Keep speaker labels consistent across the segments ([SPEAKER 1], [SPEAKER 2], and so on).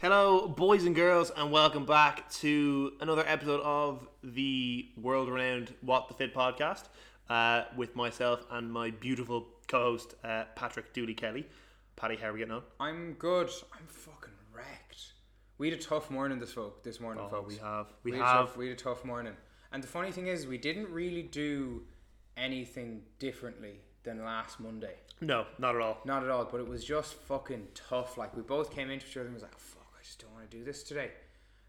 [SPEAKER 1] Hello, boys and girls, and welcome back to another episode of the world renowned What the Fit podcast uh, with myself and my beautiful co host, uh, Patrick Dooley Kelly. Patty, how are we getting on?
[SPEAKER 2] I'm good. I'm fucking wrecked. We had a tough morning this folk this morning,
[SPEAKER 1] Oh,
[SPEAKER 2] folks.
[SPEAKER 1] we have. We,
[SPEAKER 2] had a
[SPEAKER 1] have.
[SPEAKER 2] tough- we had a tough morning, and the funny thing is, we didn't really do anything differently than last Monday.
[SPEAKER 1] No, not at all.
[SPEAKER 2] Not at all. But it was just fucking tough. Like we both came into each other and was like, "Fuck, I just don't want to do this today."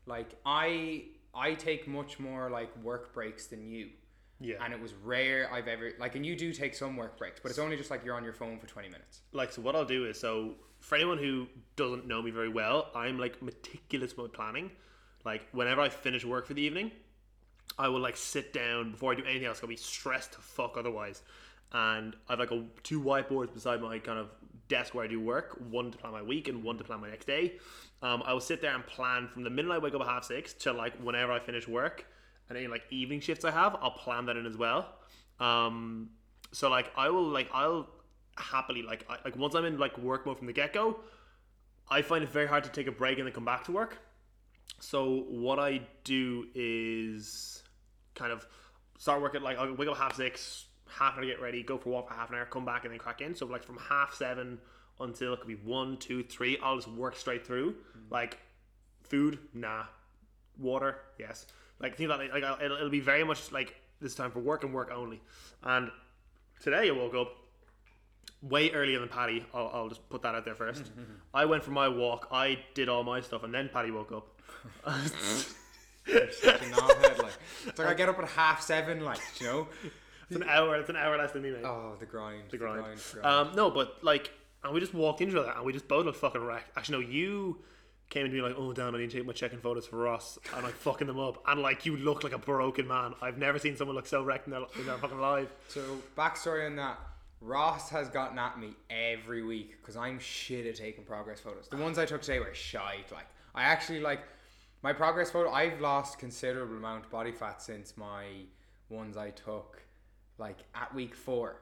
[SPEAKER 2] Like I, I take much more like work breaks than you.
[SPEAKER 1] Yeah.
[SPEAKER 2] And it was rare I've ever like, and you do take some work breaks, but it's only just like you're on your phone for twenty minutes.
[SPEAKER 1] like so what i'll do is so for anyone who doesn't know me very well i'm like meticulous with my planning like whenever i finish work for the evening i will like sit down before i do anything else i'll be stressed to fuck otherwise and i've like a two whiteboards beside my kind of desk where i do work one to plan my week and one to plan my next day um, i will sit there and plan from the minute i wake up at half six till like whenever i finish work and any like evening shifts i have i'll plan that in as well um, so like I will like I'll happily like I, like once I'm in like work mode from the get go, I find it very hard to take a break and then come back to work. So what I do is kind of start work at like I'll wake up at half six, half an hour to get ready, go for a walk for half an hour, come back and then crack in. So like from half seven until it could be one, two, three, I'll just work straight through. Like food, nah. Water, yes. Like think about it, like I'll- it'll, it'll be very much like this time for work and work only. And today I woke up way earlier than Patty. I'll, I'll just put that out there first. I went for my walk. I did all my stuff, and then Patty woke up.
[SPEAKER 2] Such a knobhead, like it's like I get up at half seven, like you know.
[SPEAKER 1] It's an hour. It's an hour less than me, mate.
[SPEAKER 2] Oh, the grind, the
[SPEAKER 1] grind.
[SPEAKER 2] the grind.
[SPEAKER 1] Um, no, but like, and we just walked into that, and we just both looked fucking wrecked. Actually, no, you came to me like, "Oh, Dan, I need to take my checking photos for Ross," and like fucking them up, and like you look like a broken man. I've never seen someone look so wrecked in their, in their fucking life.
[SPEAKER 2] So backstory on that. Ross has gotten at me every week because I'm shit at taking progress photos. The ones I took today were shite. Like I actually like my progress photo. I've lost considerable amount of body fat since my ones I took like at week four,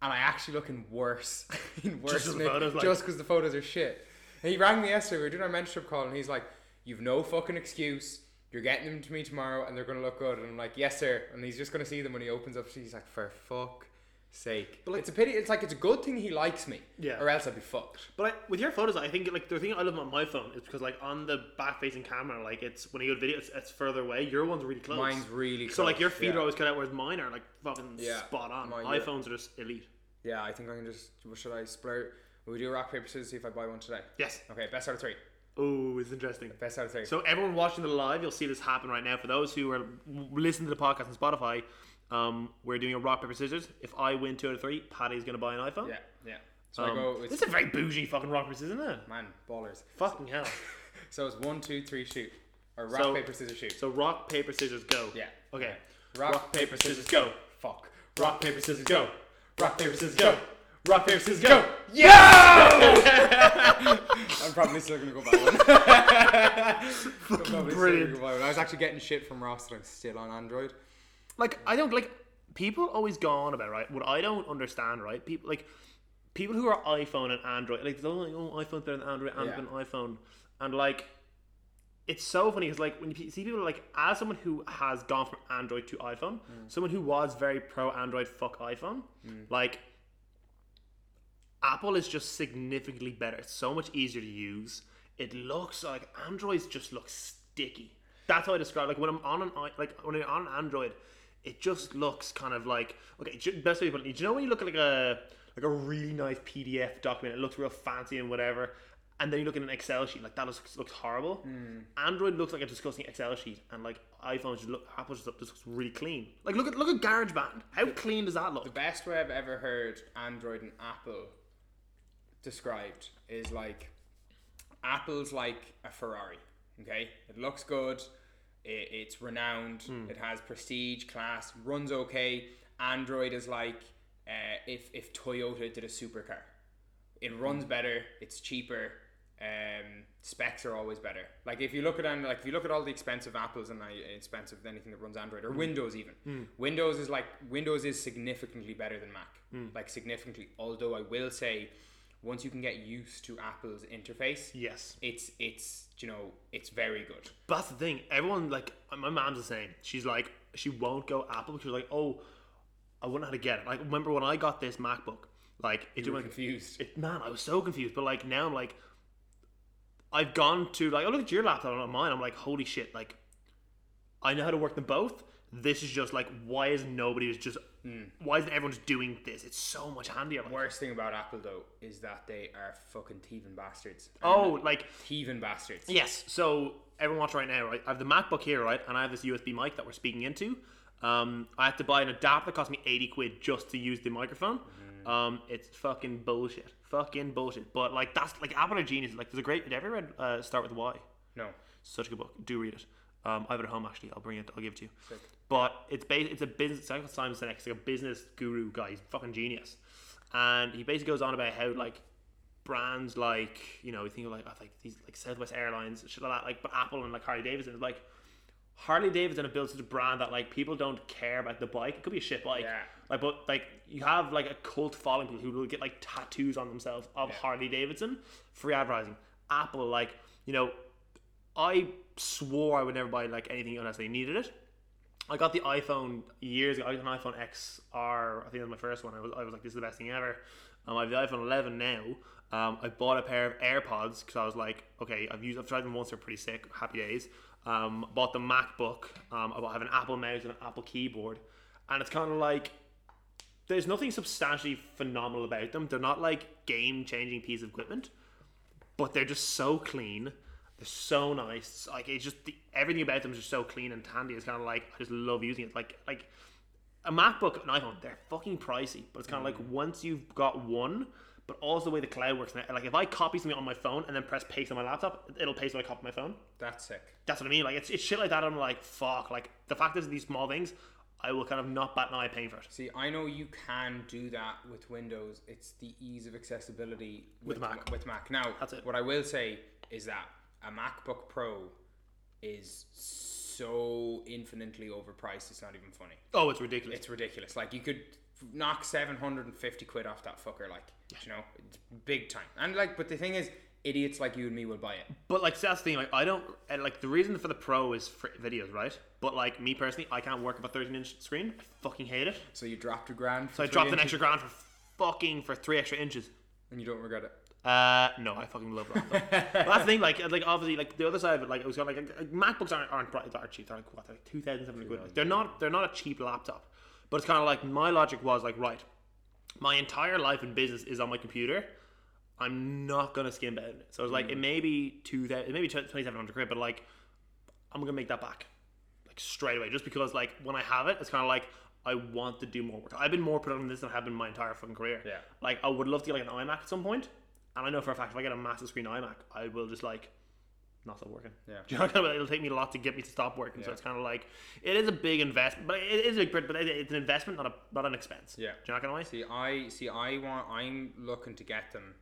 [SPEAKER 2] and I actually looking worse in worse
[SPEAKER 1] 'cause the
[SPEAKER 2] nick-
[SPEAKER 1] photos, like-
[SPEAKER 2] just because the photos are shit. And he rang me yesterday. We were doing our mentorship call, and he's like, "You've no fucking excuse. You're getting them to me tomorrow, and they're gonna look good." And I'm like, "Yes, sir." And he's just gonna see them when he opens up. He's like, "For fuck sake!" But it's a pity. It's like it's a good thing he likes me,
[SPEAKER 1] Yeah.
[SPEAKER 2] or else I'd be fucked.
[SPEAKER 1] But I, with your photos, I think like the thing I love about my phone is because like on the back facing camera, like it's when you go to video, it's, it's further away. Your one's really close.
[SPEAKER 2] Mine's really
[SPEAKER 1] So like your
[SPEAKER 2] close,
[SPEAKER 1] feet
[SPEAKER 2] yeah.
[SPEAKER 1] are always cut out, whereas mine are like fucking
[SPEAKER 2] Yeah,
[SPEAKER 1] spot on.
[SPEAKER 2] mine, yeah.
[SPEAKER 1] iPhones are just elite.
[SPEAKER 2] Yeah, I think I can just. What should I splur? Will we do rock paper scissors? See if I buy one today.
[SPEAKER 1] Yes.
[SPEAKER 2] Okay, best out of three.
[SPEAKER 1] Oh, it's interesting.
[SPEAKER 2] Best out of three.
[SPEAKER 1] So everyone watching the live, you'll see this happen right now. For those who are listening to the podcast on Spotify, um, we're doing a rock paper scissors. If I win two out of three, Patty's gonna buy an iPhone.
[SPEAKER 2] yeah, yeah. So I
[SPEAKER 1] Um,
[SPEAKER 2] go.
[SPEAKER 1] this
[SPEAKER 2] It's,
[SPEAKER 1] is a very bougie fucking rock paper scissors, isn't it?
[SPEAKER 2] man, ballers.
[SPEAKER 1] Fucking hell.
[SPEAKER 2] So it's one, two, three, shoot, or rock
[SPEAKER 1] So-
[SPEAKER 2] paper scissors shoot.
[SPEAKER 1] So rock paper scissors go.
[SPEAKER 2] Yeah.
[SPEAKER 1] Okay.
[SPEAKER 2] Rock,
[SPEAKER 1] paper scissors go.
[SPEAKER 2] Fuck.
[SPEAKER 1] Rock paper scissors go.
[SPEAKER 2] Rock, paper,
[SPEAKER 1] Scissors go. Rock paper scissors go.
[SPEAKER 2] I'm probably still gonna go buy one. I'm probably still gonna
[SPEAKER 1] brilliant.
[SPEAKER 2] go buy one. I was actually getting shit from Ross that I'm still on Android.
[SPEAKER 1] Like I don't like people always go on about right. What I don't understand right, people like people who are iPhone and Android like they're like oh iPhone's better than Android, Android
[SPEAKER 2] Yeah.
[SPEAKER 1] than iPhone, and like it's so funny because like when you see people like as someone who has gone from Android to iPhone, someone who was very pro Android fuck iPhone, like Apple is just significantly better. It's so much easier to use. It looks like Androids just look sticky. That's how I describe. Like when I'm on an i- like when I'm on an Android, it just looks kind of like okay. ju- Best way to put it, do you know when you look at like a like a really nice PDF document, it looks real fancy and whatever, and then you look at an Excel sheet, like that looks, looks horrible. Android looks like a disgusting Excel sheet, and like iPhones just look Apple just, just looks really clean. Like look at look at GarageBand. How clean does that look?
[SPEAKER 2] The best way I've ever heard Android and Apple described is like Apple's like a Ferrari. Okay, it looks good, it, it's renowned, it has prestige, class, runs okay. Android is like uh, if if Toyota did a supercar, it runs better, it's cheaper. Um, specs are always better. Like if you look at and like if you look at all the expensive apples and I expensive than anything that runs Android or Windows even. Windows is like Windows is significantly better than Mac. Like significantly. Although I will say once you can get used to Apple's interface,
[SPEAKER 1] Yes.
[SPEAKER 2] it's it's you know it's very good.
[SPEAKER 1] But that's the thing. Everyone like my mom's the same. She's like she won't go Apple because she's like, oh, I wouldn't know how to get it. Like remember when I got this MacBook? Like it
[SPEAKER 2] You were
[SPEAKER 1] went
[SPEAKER 2] confused.
[SPEAKER 1] it, man, I was so confused. But like now, I'm like, I've gone to like, oh look at your laptop and not mine. I'm like, holy shit! Like, I know how to work them both. This is just like, why is nobody is just,
[SPEAKER 2] Hmm.
[SPEAKER 1] why isn't everyone just doing this? It's so much handier. Like,
[SPEAKER 2] Worst thing about Apple though is that they are fucking thieving bastards.
[SPEAKER 1] oh, like
[SPEAKER 2] thieving bastards.
[SPEAKER 1] yes. So everyone watch right now, right? I have the MacBook here, right, and I have this USB mic that we're speaking into. Um, I had to buy an adapter that cost me eighty quid just to use the microphone. Um, it's fucking bullshit. Fucking bullshit. But like that's like Apple are genius. Like there's a great. Did you ever read uh, Start with Why?
[SPEAKER 2] No.
[SPEAKER 1] Such a good book. Do read it. Um, I have it at home actually. I'll bring it. I'll give it to you. But it's based. It's a business. Simon Sinek is like a business guru guy. He's fucking genius, and he basically goes on about how like brands like you know you think of like oh, like these like Southwest Airlines shit like that like but Apple and like Harley Davidson it's like Harley Davidson have built such a brand that like people don't care about the bike. It could be a shit bike.
[SPEAKER 2] Yeah.
[SPEAKER 1] Like but like you have like a cult following people who will get like tattoos on themselves of Harley Davidson free advertising. Apple like you know I swore I would never buy like anything unless they needed it. I got the iPhone years ago. I got an iPhone XR. I think that was my first one. I was, I was like, this is the best thing ever. Um, I have the iPhone 11 now. Um, I bought a pair of AirPods because I was like, okay, I've used, I've tried them once. They're pretty sick. Happy days. Um, bought the MacBook. Um, I have an Apple mouse and an Apple keyboard, and it's kind of like there's nothing substantially phenomenal about them. They're not like game changing piece of equipment, but they're just so clean. They're so nice. It's Like it's just the, everything about them is just so clean and handy. It's kind of like I just love using it. Like like a MacBook, an iPhone, they're fucking pricey, but it's kind of like once you've got one. But also the way the cloud works now, like if I copy something on my phone and then press paste on my laptop, it'll paste what I copied on my phone.
[SPEAKER 2] That's sick.
[SPEAKER 1] That's what I mean. Like it's, it's shit like that. I'm like fuck. Like the fact is these small things, I will kind of not bat an eye paying for it.
[SPEAKER 2] See, I know you can do that with Windows. It's the ease of accessibility
[SPEAKER 1] With Mac.
[SPEAKER 2] With Mac. Now,
[SPEAKER 1] That's it.
[SPEAKER 2] what I will say is that a MacBook Pro is so infinitely overpriced. It's not even funny.
[SPEAKER 1] Oh, it's ridiculous.
[SPEAKER 2] It's ridiculous. Like you could knock seven hundred and fifty quid off that fucker. Like you know, it's big time. And like, but the thing is, idiots like you and me will buy it.
[SPEAKER 1] But like so that's the thing, like I don't and like the reason for the pro is for videos, right? But like me personally, I can't work with a 13 inch screen. I fucking hate it.
[SPEAKER 2] So you dropped a grand. For
[SPEAKER 1] So I
[SPEAKER 2] three
[SPEAKER 1] dropped an
[SPEAKER 2] inches
[SPEAKER 1] extra grand for fucking for three extra inches.
[SPEAKER 2] and you don't regret it.
[SPEAKER 1] Uh, no, I fucking love that. but that's the thing, like, like obviously, like the other side of it, like it was kind of like, like MacBooks aren't aren't, bright, aren't cheap. They're like what, they're like two thousand seven hundred quid. Like, they're not they're not a cheap laptop. But it's kind of like my logic was like, right, my entire life in business is on my computer. I'm not gonna skimp out on it. So it's
[SPEAKER 2] Mm.
[SPEAKER 1] like it may be two thousand, it may be twenty seven hundred quid, but like I'm gonna make that back like straight away, just because like when I have it, it's kind of like I want to do more work. I've been more productive than this than I have been my entire fucking career.
[SPEAKER 2] Yeah.
[SPEAKER 1] Like I would love to get like an iMac at some point, and I know for a fact if I get a massive screen iMac, I will just like not stop working.
[SPEAKER 2] Yeah.
[SPEAKER 1] Do you know what I mean? It'll take me a lot to get me to stop working. So
[SPEAKER 2] Yeah.
[SPEAKER 1] it's kind of like it is a big investment, but it is a big, but it- it's an investment, not a not an expense.
[SPEAKER 2] Yeah.
[SPEAKER 1] Do you know what I mean?
[SPEAKER 2] See, I see. I want. I'm looking to get them.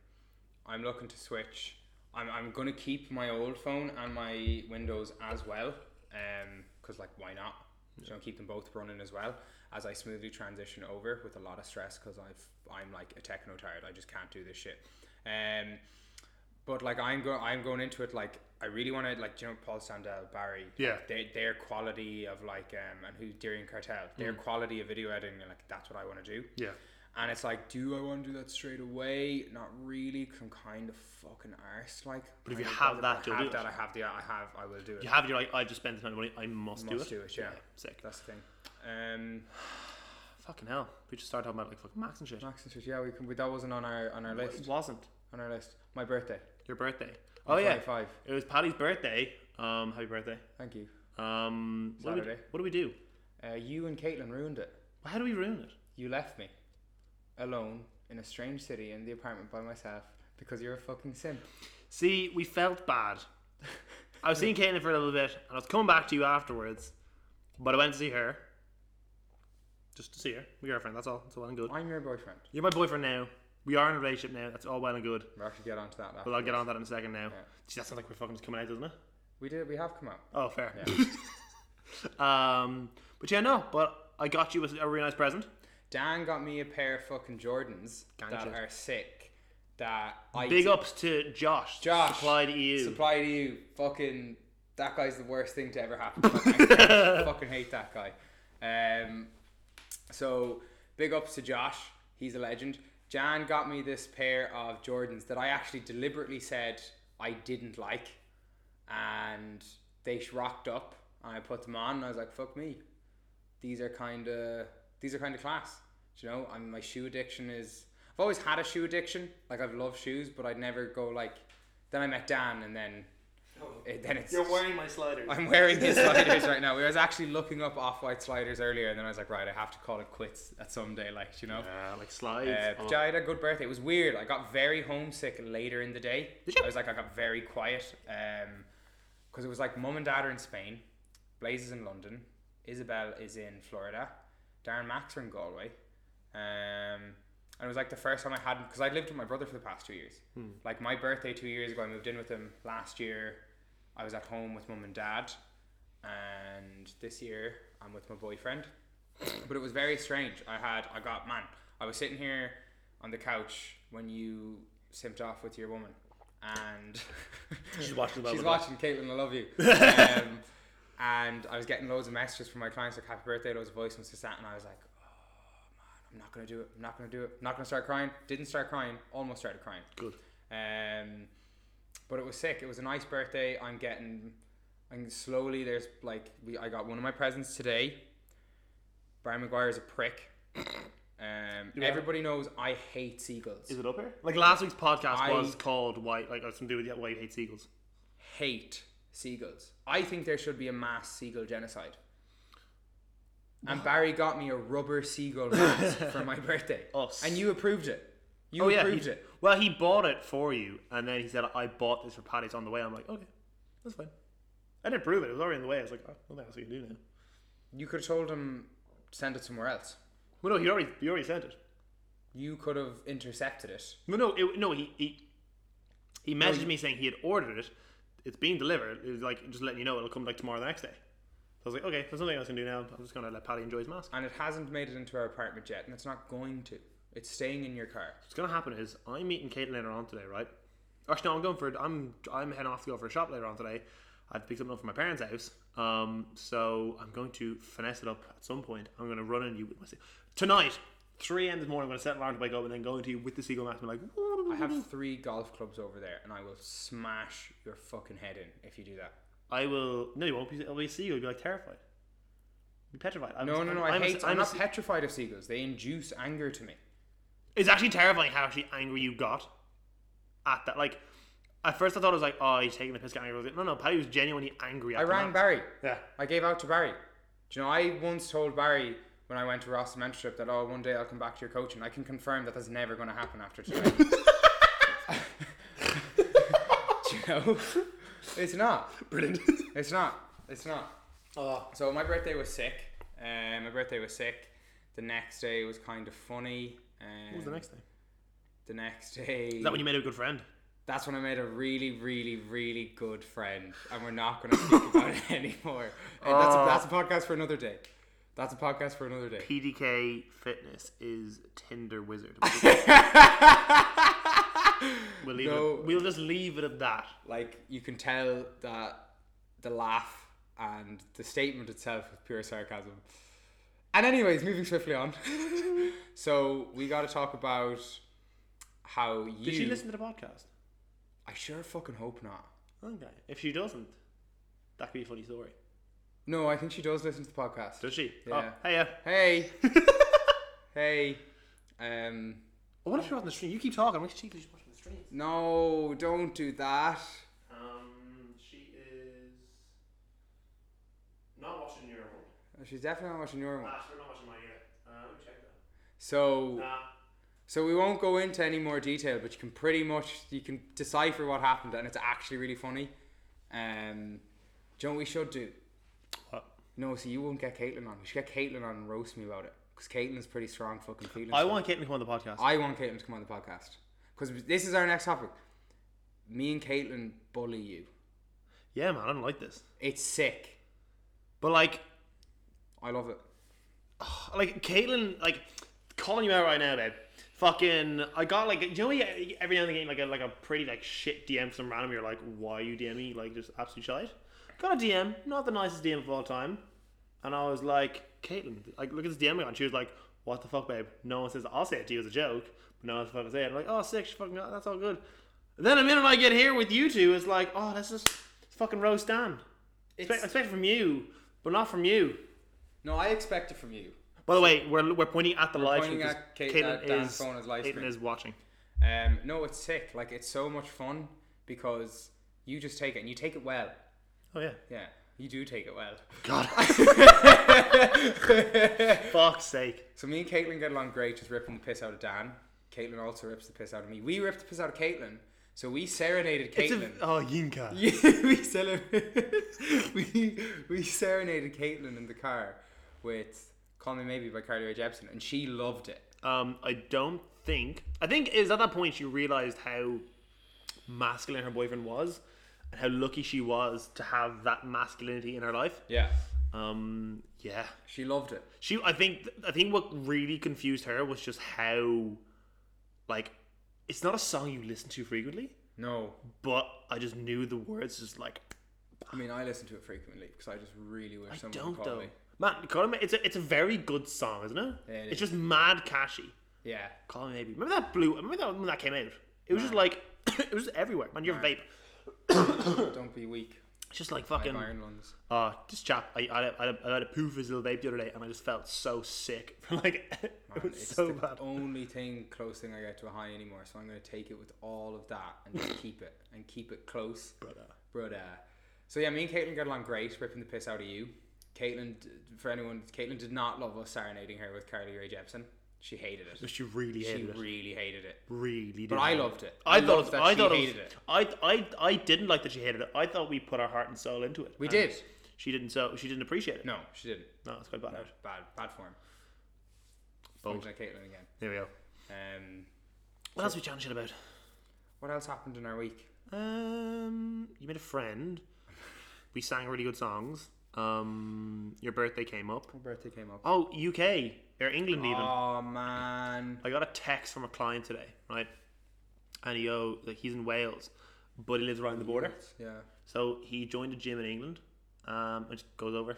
[SPEAKER 2] I'm looking to switch. I'm, I'm gonna keep my old phone and my Windows as well. Um, cause like why not? You know, keep them both running as well. As I smoothly transition over with a lot of stress, cause I've I'm like a techno tired. I just can't do this shit. Um, but like I'm going, I'm going into it like I really want to like do you know Paul Sandel, Barry,
[SPEAKER 1] Yeah.
[SPEAKER 2] like, their their quality of like um and who Darian Cartel, their quality of video editing, like that's what I want to do.
[SPEAKER 1] Mm. Yeah.
[SPEAKER 2] And it's like, do I want to do that straight away? Not really. 'cause I'm kind of fucking arsed. Like,
[SPEAKER 1] But if you
[SPEAKER 2] I
[SPEAKER 1] have that,
[SPEAKER 2] I
[SPEAKER 1] you'll do
[SPEAKER 2] have
[SPEAKER 1] it.
[SPEAKER 2] that. I have the. I have. I will do it.
[SPEAKER 1] You have it, you're like "Oh, I just spent the amount of money. I must,
[SPEAKER 2] Must
[SPEAKER 1] do it.
[SPEAKER 2] do it, yeah.
[SPEAKER 1] Sick. Oh,
[SPEAKER 2] That's the thing. Um,
[SPEAKER 1] Fucking hell. We just started talking about like fucking Macs and shit.
[SPEAKER 2] Max and Switch. Yeah, we can. We, that wasn't on our on our
[SPEAKER 1] It
[SPEAKER 2] list.
[SPEAKER 1] wasn't
[SPEAKER 2] On our list. My birthday.
[SPEAKER 1] your birthday. Oh yeah.
[SPEAKER 2] Twenty-five.
[SPEAKER 1] It was Paddy's birthday. Um, happy birthday.
[SPEAKER 2] Thank you.
[SPEAKER 1] Um, what do we do-
[SPEAKER 2] Saturday.
[SPEAKER 1] What do we do?
[SPEAKER 2] Uh, you and Caitlin ruined it.
[SPEAKER 1] How do we ruin it?
[SPEAKER 2] You left me alone in a strange city in the apartment by myself because you're a fucking simp.
[SPEAKER 1] See, we felt bad. I was seeing Caitlin for a little bit, and I was coming back to you afterwards, but I went to see her. Just to see her. My girlfriend, that's all. That's all well and good.
[SPEAKER 2] I'm your boyfriend.
[SPEAKER 1] You're my boyfriend now. We are in a relationship now. That's all well and good.
[SPEAKER 2] We'll actually get onto that.
[SPEAKER 1] But
[SPEAKER 2] After.
[SPEAKER 1] I'll get on to that in a second now.
[SPEAKER 2] Yeah.
[SPEAKER 1] Gee, that sounds like we're fucking just coming out, doesn't it?
[SPEAKER 2] We did. We have come out.
[SPEAKER 1] Oh, fair. um, but yeah, no. But I got you a, a really nice present.
[SPEAKER 2] Dan got me a pair of fucking Jordans
[SPEAKER 1] Gang
[SPEAKER 2] that
[SPEAKER 1] shit.
[SPEAKER 2] are sick. that I
[SPEAKER 1] Big
[SPEAKER 2] did-
[SPEAKER 1] ups to Josh.
[SPEAKER 2] Josh,
[SPEAKER 1] Supply to you.
[SPEAKER 2] Supply to you. Fucking that guy's the worst thing to ever happen. I fucking hate that guy. Um, so big ups to Josh. He's a legend. Jan got me this pair of Jordans that I actually deliberately said I didn't like, and they sh- rocked up, and I put them on, and I was like, "Fuck me, these are kind of these are kind of class." Do you know, I mean, my shoe addiction is. I've always had a shoe addiction. Like I've loved shoes, but I'd never go like. Then I met Dan, and then eh, then it's.
[SPEAKER 1] Oh. You're wearing my sliders.
[SPEAKER 2] I'm wearing these sliders right now. I was actually looking up off-white sliders earlier, and then I was like, right, I have to call it quits at some day, like you know.
[SPEAKER 1] Ah, like slides.
[SPEAKER 2] Uh,
[SPEAKER 1] Oh.
[SPEAKER 2] but yeah, I had a good birthday. It was weird. I got very homesick later in the day.
[SPEAKER 1] Did you?
[SPEAKER 2] I was like, I got very quiet. Um, because it was like mum and dad are in Spain, Blaze is in London, Isabel is in Florida, Darren Max are in Galway. Um, and it was like the first time I hadn't, because I'd lived with my brother for the past two years.
[SPEAKER 1] Hmm.
[SPEAKER 2] Like my birthday two years ago, I moved in with him. Last year, I was at home with mum and dad. And this year, I'm with my boyfriend but it was very strange. I had, I got, man, I was sitting here on the couch when you simped off with your woman, and
[SPEAKER 1] She's watching the
[SPEAKER 2] She's
[SPEAKER 1] Bible.
[SPEAKER 2] watching. Caitlin, I love you. Um, and I was getting loads of messages from my clients like "Happy birthday," loads of voice messages, that, and I was like, "Oh man, I'm not gonna do it. I'm not gonna do it. I'm not gonna start crying." Didn't start crying. Almost started crying.
[SPEAKER 1] Good.
[SPEAKER 2] Um, but it was sick. It was a nice birthday. I'm getting, and slowly there's like we. I got one of my presents today. Brian Maguire is a prick. Um,
[SPEAKER 1] Yeah.
[SPEAKER 2] everybody knows I hate seagulls.
[SPEAKER 1] Is it up here? Like last week's podcast
[SPEAKER 2] I-
[SPEAKER 1] was called "Why," like something to do with yeah, why you hate seagulls.
[SPEAKER 2] hate seagulls. I think there should be a mass seagull genocide. And Barry got me a rubber seagull mask for my birthday.
[SPEAKER 1] Us.
[SPEAKER 2] And you approved it. You
[SPEAKER 1] Oh yeah, he,
[SPEAKER 2] approved it.
[SPEAKER 1] well he bought it for you, and then he said, "I bought this for Paddy's on the way." I'm like, okay, that's fine. I didn't prove it; it was already in the way. I was like, oh, nothing else we can do now.
[SPEAKER 2] You could have told him send it somewhere else.
[SPEAKER 1] Well, no, he already he already sent it.
[SPEAKER 2] You could have intercepted it.
[SPEAKER 1] No, no, it, no. He he he messaged me saying he had ordered it. It's being delivered. It was like just letting you know it'll come like tomorrow, or the next day. So I was like, okay, there's nothing else I can do now. I'm just gonna let Paddy enjoy his mask.
[SPEAKER 2] And it hasn't made it into our apartment yet, and it's not going to. It's staying in your car.
[SPEAKER 1] What's gonna happen is I'm meeting Kate later on today, right? Actually, no, I'm going for I'm I'm heading off to go for a shop later on today. I had to pick something up from my parents' house. Um, so I'm going to finesse it up at some point. I'm gonna run into you with my se- tonight, three a.m. this morning. I'm gonna set an alarm to wake up and then go into you with the seagull mask. And be like,
[SPEAKER 2] I have three golf clubs over there, and I will smash your fucking head in if you do that.
[SPEAKER 1] I will. No, you won't. Be, I'll be a seagull. You'll be like terrified. You'll be petrified. I'm,
[SPEAKER 2] No, no, no. I
[SPEAKER 1] I'm a-
[SPEAKER 2] hate.
[SPEAKER 1] I'm
[SPEAKER 2] I'm
[SPEAKER 1] a
[SPEAKER 2] not
[SPEAKER 1] se-
[SPEAKER 2] petrified of seagulls. They induce anger to me.
[SPEAKER 1] It's actually terrifying how actually angry you got at that. Like, at first I thought it was like, oh, he's taking the piss, getting angry. I was like, No, no, Paddy was genuinely angry. At
[SPEAKER 2] I
[SPEAKER 1] the
[SPEAKER 2] rang
[SPEAKER 1] mask.
[SPEAKER 2] Barry.
[SPEAKER 1] Yeah.
[SPEAKER 2] I gave out to Barry. Do you know, I once told Barry when I went to Ross mentorship that, oh, one day I'll come back to your coaching. I can confirm that that's never going to happen after today. Do you know? It's not.
[SPEAKER 1] Brilliant.
[SPEAKER 2] It's not. It's not.
[SPEAKER 1] oh.
[SPEAKER 2] So my birthday was sick. Um, my birthday was sick. The next day was kind of funny. Um,
[SPEAKER 1] What was the next thing?
[SPEAKER 2] The next day.
[SPEAKER 1] Is that when you made a good friend?
[SPEAKER 2] That's when I made a really, really, really good friend, and we're not going to speak about it anymore. And that's, a,
[SPEAKER 1] Oh.
[SPEAKER 2] that's a podcast for another day. That's a podcast for another day.
[SPEAKER 1] PDK Fitness is Tinder Wizard. we'll, leave
[SPEAKER 2] No.
[SPEAKER 1] it, we'll just leave it at that.
[SPEAKER 2] Like you can tell that the laugh and the statement itself was pure sarcasm. And anyways, moving swiftly on. so we got to talk about how you.
[SPEAKER 1] Did she listen to the podcast?
[SPEAKER 2] I sure fucking hope not.
[SPEAKER 1] Okay. If she doesn't, that could be a funny story.
[SPEAKER 2] No, I think she does listen to the podcast.
[SPEAKER 1] Does she?
[SPEAKER 2] Yeah.
[SPEAKER 1] Oh, hey, yeah.
[SPEAKER 2] Hey, hey, um.
[SPEAKER 1] I wonder if you're on the stream. You keep talking. I'm actually she's watching the stream.
[SPEAKER 2] No, don't do that.
[SPEAKER 1] Um, she is not watching your one.
[SPEAKER 2] She's definitely not watching your one.
[SPEAKER 1] Ah, she's not watching mine yet. Uh, let me check that.
[SPEAKER 2] So,
[SPEAKER 1] Nah.
[SPEAKER 2] so we won't go into any more detail, but you can pretty much you can decipher what happened, and it's actually really funny. Um, do you know what we should do?
[SPEAKER 1] What?
[SPEAKER 2] No, so you won't get Caitlin on. We should get Caitlin on and roast me about it, because Caitlin's pretty strong fucking feelings.
[SPEAKER 1] I
[SPEAKER 2] for it.
[SPEAKER 1] want Caitlin to come on the podcast.
[SPEAKER 2] I want Caitlin to come on the podcast, because this is our next topic. Me and Caitlin bully you.
[SPEAKER 1] yeah, man, I don't like this.
[SPEAKER 2] It's sick.
[SPEAKER 1] But like,
[SPEAKER 2] I love it.
[SPEAKER 1] like Caitlin, like calling you out right now, babe. Fucking, I got like, you know, yeah, every now and again, like a like a pretty like shit DM from some random. You're like, why are you DM me? Like, just absolute shite. Got a DM, not the nicest DM of all time, and I was like, Caitlin, like, look at this DM I got. And she was like, what the fuck, babe? No one says I'll say it to you as a joke, but no one's fucking say it. I'm like, oh, sick, she fucking, got it. that's all good. Then a minute I get here with you two, it's like, oh, that's just it's fucking roast Dan. Expect,
[SPEAKER 2] It's,
[SPEAKER 1] expect it from you, but not from you.
[SPEAKER 2] no, I expect it from you.
[SPEAKER 1] By the way, we're, we're pointing at the live
[SPEAKER 2] pointing
[SPEAKER 1] stream. 'cause
[SPEAKER 2] at Kate- at Dan's
[SPEAKER 1] is,
[SPEAKER 2] phone as live
[SPEAKER 1] Caitlin
[SPEAKER 2] stream.
[SPEAKER 1] is watching.
[SPEAKER 2] Um, no, it's sick. Like it's so much fun because you just take it and you take it well.
[SPEAKER 1] Oh yeah.
[SPEAKER 2] Yeah, you do take it well.
[SPEAKER 1] God. Fuck's sake.
[SPEAKER 2] So me and Caitlin get along great, just ripping the piss out of Dan. Caitlin also rips the piss out of me. We ripped the piss out of Caitlin, so we serenaded
[SPEAKER 1] It's a-
[SPEAKER 2] Caitlin.
[SPEAKER 1] oh, Yinka.
[SPEAKER 2] we sell we we serenaded Caitlin in the car with "Call Me Maybe" by Carly Rae Jepsen, and she loved it.
[SPEAKER 1] Um, I don't think. I think it was at that point she realized how masculine her boyfriend was, and how lucky she was to have that masculinity in her life.
[SPEAKER 2] Yeah,
[SPEAKER 1] Um, yeah.
[SPEAKER 2] she loved it.
[SPEAKER 1] She, I think, I think what really confused her was just how, like, it's not a song you listen to frequently,
[SPEAKER 2] No,
[SPEAKER 1] but I just knew the words. Just like
[SPEAKER 2] I mean I listen to it frequently because I just really wish
[SPEAKER 1] I
[SPEAKER 2] someone would
[SPEAKER 1] don't
[SPEAKER 2] call
[SPEAKER 1] though.
[SPEAKER 2] me.
[SPEAKER 1] Man, call me. It's a it's a very good song, isn't it?
[SPEAKER 2] Yeah, it
[SPEAKER 1] it's
[SPEAKER 2] is.
[SPEAKER 1] just mad catchy.
[SPEAKER 2] Yeah,
[SPEAKER 1] Call me maybe. Remember that blue? Remember that when that came out? It was just like it was just everywhere. Man, you're a vape.
[SPEAKER 2] don't be weak.
[SPEAKER 1] It's just like
[SPEAKER 2] I
[SPEAKER 1] fucking.
[SPEAKER 2] have iron lungs.
[SPEAKER 1] Uh, this chap, I, I, had a- I, had a- I had a poo for his little vape the other day, and I just felt so sick. like it
[SPEAKER 2] Man,
[SPEAKER 1] was
[SPEAKER 2] it's
[SPEAKER 1] so
[SPEAKER 2] the
[SPEAKER 1] bad.
[SPEAKER 2] only thing close thing I get to a high anymore, so I'm going to take it with all of that and just keep it and keep it close,
[SPEAKER 1] Brother.
[SPEAKER 2] brother. So yeah, me and Caitlin got along great, ripping the piss out of you. Caitlin, d- for anyone, Caitlin did not love us serenading her with Carly Rae Jepsen. She hated it.
[SPEAKER 1] But she really
[SPEAKER 2] She
[SPEAKER 1] hated it.
[SPEAKER 2] really hated it.
[SPEAKER 1] Really did.
[SPEAKER 2] But I loved it.
[SPEAKER 1] I, thought.
[SPEAKER 2] loved that
[SPEAKER 1] I
[SPEAKER 2] she
[SPEAKER 1] thought
[SPEAKER 2] hated it.
[SPEAKER 1] it. Was, I, I, I didn't like that she hated it. I thought we put our heart and soul into it.
[SPEAKER 2] We
[SPEAKER 1] and
[SPEAKER 2] did.
[SPEAKER 1] She didn't. So she didn't appreciate it.
[SPEAKER 2] No, she didn't.
[SPEAKER 1] No, it's quite bad. out.
[SPEAKER 2] Bad, bad form.
[SPEAKER 1] Bold.
[SPEAKER 2] Pointing at Caitlin again.
[SPEAKER 1] There we go.
[SPEAKER 2] Um,
[SPEAKER 1] What else we chatting shit about?
[SPEAKER 2] what else happened in our week?
[SPEAKER 1] Um, you made a friend. We sang really good songs. Um, your birthday came up.
[SPEAKER 2] My birthday came up.
[SPEAKER 1] Oh, UK or England even.
[SPEAKER 2] Oh man.
[SPEAKER 1] I got a text from a client today, right? And he go like he's in Wales, but he lives around the border.
[SPEAKER 2] Yeah.
[SPEAKER 1] So he joined a gym in England. Um, and just goes over.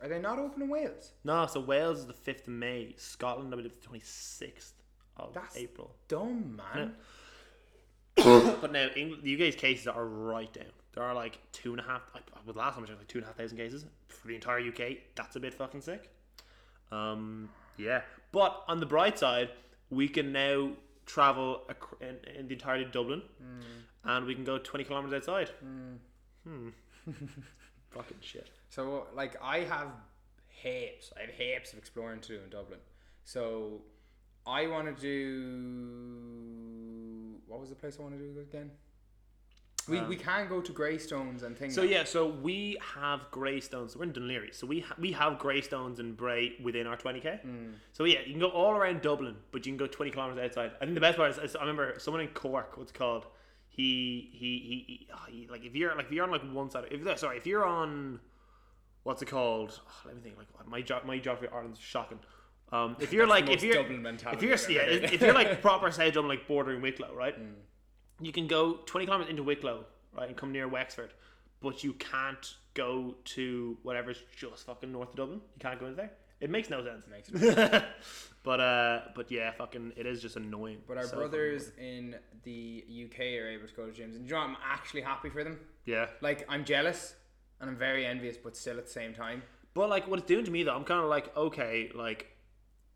[SPEAKER 2] Are they not open in Wales?
[SPEAKER 1] No, so Wales is the fifth of May. Scotland, I believe, the twenty sixth of
[SPEAKER 2] That's-
[SPEAKER 1] April.
[SPEAKER 2] Dumb man.
[SPEAKER 1] But now England, the UK's cases are right down. There are like two and a half. I, I- with last time I checked, like two and a half thousand cases for the entire UK. That's a bit fucking sick. Um, yeah. But on the bright side, we can now travel ac- in, in the entirety of Dublin, and we can go twenty kilometers outside. Hmm. fucking shit.
[SPEAKER 2] So like I have heaps, I have heaps of exploring to do in Dublin. So I want to do what was the place I want to do again? We, we can go to Greystones and things.
[SPEAKER 1] Um, So
[SPEAKER 2] like-
[SPEAKER 1] yeah, so we have greystones. We're in Dunleary, so we ha- we have greystones and Bray within our twenty k.
[SPEAKER 2] Hmm.
[SPEAKER 1] So yeah, you can go all around Dublin, but you can go twenty kilometers outside. I think the best part is, is I remember someone in Cork. What's it called? He he he, he, oh, he- like if you're like if you're on like one side. If sorry, if you're on what's it called? Oh, let me think. Like my job, my job for Ireland's shocking. Um, if you're
[SPEAKER 2] That's the
[SPEAKER 1] like if
[SPEAKER 2] most
[SPEAKER 1] you're
[SPEAKER 2] Dublin
[SPEAKER 1] if
[SPEAKER 2] mentality
[SPEAKER 1] you're
[SPEAKER 2] I've
[SPEAKER 1] yeah,
[SPEAKER 2] ever heard.
[SPEAKER 1] if you're like proper South Dublin, like bordering Wicklow, right? You can go twenty kilometers into Wicklow, right, and come near Wexford, but you can't go to whatever's just fucking north of Dublin. You can't go into there. It makes no sense.
[SPEAKER 2] Makes
[SPEAKER 1] but uh, but yeah, fucking, it is just annoying.
[SPEAKER 2] But our
[SPEAKER 1] So
[SPEAKER 2] brothers in the UK are able to go to gyms, and you know what? I'm actually happy for them.
[SPEAKER 1] fucking annoying. yeah.
[SPEAKER 2] Like I'm jealous and I'm very envious, but still at the same time.
[SPEAKER 1] But like what it's doing to me though, I'm kind of like okay, like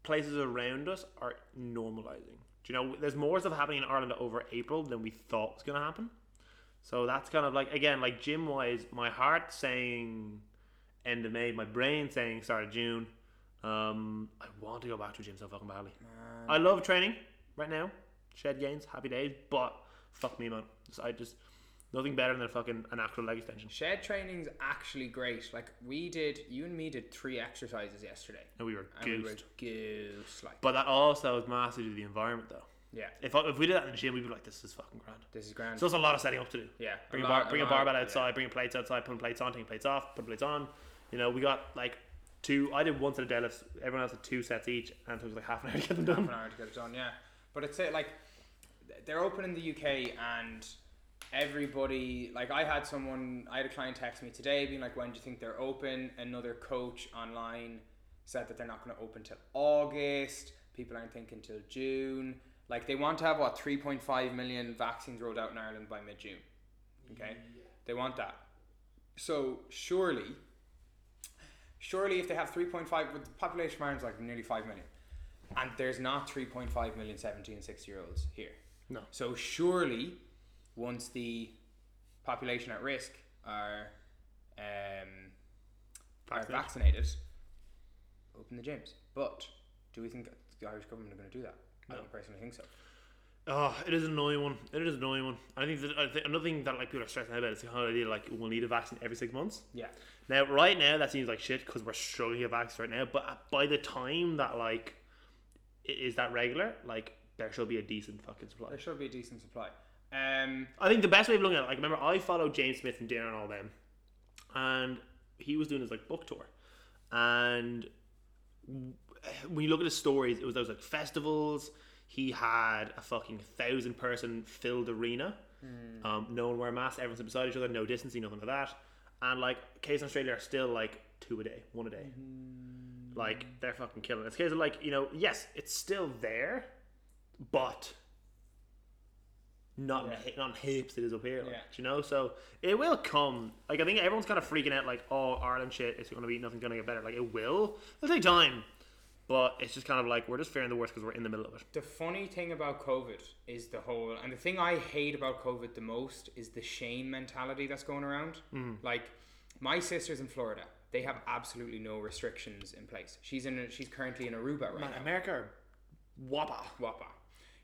[SPEAKER 1] places around us are normalizing. Do you know there's more stuff happening in Ireland over April than we thought was gonna happen. So that's kind of like again like gym wise, my heart saying end of May, my brain saying start of June. Um, I want to go back to a gym so fucking badly. I love training right now, shed gains, happy days, but fuck me man, Just- I just nothing better than a fucking an actual leg extension.
[SPEAKER 2] Shed training's actually great. Like we did, you and me did three exercises yesterday.
[SPEAKER 1] And we were
[SPEAKER 2] And
[SPEAKER 1] goosed.
[SPEAKER 2] we were goose like.
[SPEAKER 1] But that also is massive to the environment, though.
[SPEAKER 2] Yeah,
[SPEAKER 1] If, I- if we did that in the gym, we'd be like, this is fucking grand.
[SPEAKER 2] this is grand.
[SPEAKER 1] So there's a lot of setting up to do.
[SPEAKER 2] yeah,
[SPEAKER 1] Bring a,
[SPEAKER 2] lot-
[SPEAKER 1] bar, bring a
[SPEAKER 2] lot-
[SPEAKER 1] barbell
[SPEAKER 2] yeah.
[SPEAKER 1] outside, bring plates outside, putting plates on, taking plates off, putting plates on. You know, we got like two. I did one set of deadlifts. Everyone else had two sets each, and it took us like half an hour to get them
[SPEAKER 2] Half
[SPEAKER 1] done.
[SPEAKER 2] an hour to get it done. Yeah, But it's it like they're open in the UK and everybody like I had someone I had a client text me today being like when do you think they're open another coach online said that they're not going to open till August people aren't thinking till June like they want to have what 3.5 million vaccines rolled out in Ireland by mid June okay they want that so surely surely if they have 3.5 with the population of Ireland's like nearly 5 million and there's not 3.5 million 17 and 60 year olds here
[SPEAKER 1] No.
[SPEAKER 2] so surely once the population at risk are um, are
[SPEAKER 1] Vaccinated.
[SPEAKER 2] vaccinated open the gyms but do we think the Irish government are going to do that I don't personally think so
[SPEAKER 1] Oh, it is an annoying one. It is an annoying one. I think, that, I think another thing that like people are stressing out about is the whole idea like we'll need a vaccine every six months.
[SPEAKER 2] yeah
[SPEAKER 1] Now, right now, that seems like shit because we're struggling to get vaccines right now. But by the time that like it is that regular, like there should be a decent fucking supply.
[SPEAKER 2] there should be a decent supply um,
[SPEAKER 1] I think the best way of looking at it, like remember I followed James Smith and Darren and all them, and he was doing his like book tour, and w- when you look at his stories, it was those like festivals. He had a fucking thousand person filled arena. Um, no one wear masks. Everyone's beside each other. No distancing. Nothing like that. And like cases in Australia are still like two a day, one a day. Like they're fucking killing. it. It's a case of like you know, yes, it's still there, but not in
[SPEAKER 2] Yeah.
[SPEAKER 1] hi- not in heaps it is up here. Like,
[SPEAKER 2] Yeah.
[SPEAKER 1] do you know, so it will come. Like I think everyone's kind of freaking out. Like oh, Ireland shit. It's gonna be nothing's gonna get better. Like it will. It'll take time, but it's just kind of like we're just fearing the worst because we're in the middle of it.
[SPEAKER 2] The funny thing about COVID is the whole, and the thing I hate about COVID the most is the shame mentality that's going around. Like, my sister's in Florida; they have absolutely no restrictions in place. She's in, a, she's currently in Aruba right now.
[SPEAKER 1] America, wapa.
[SPEAKER 2] Wapa.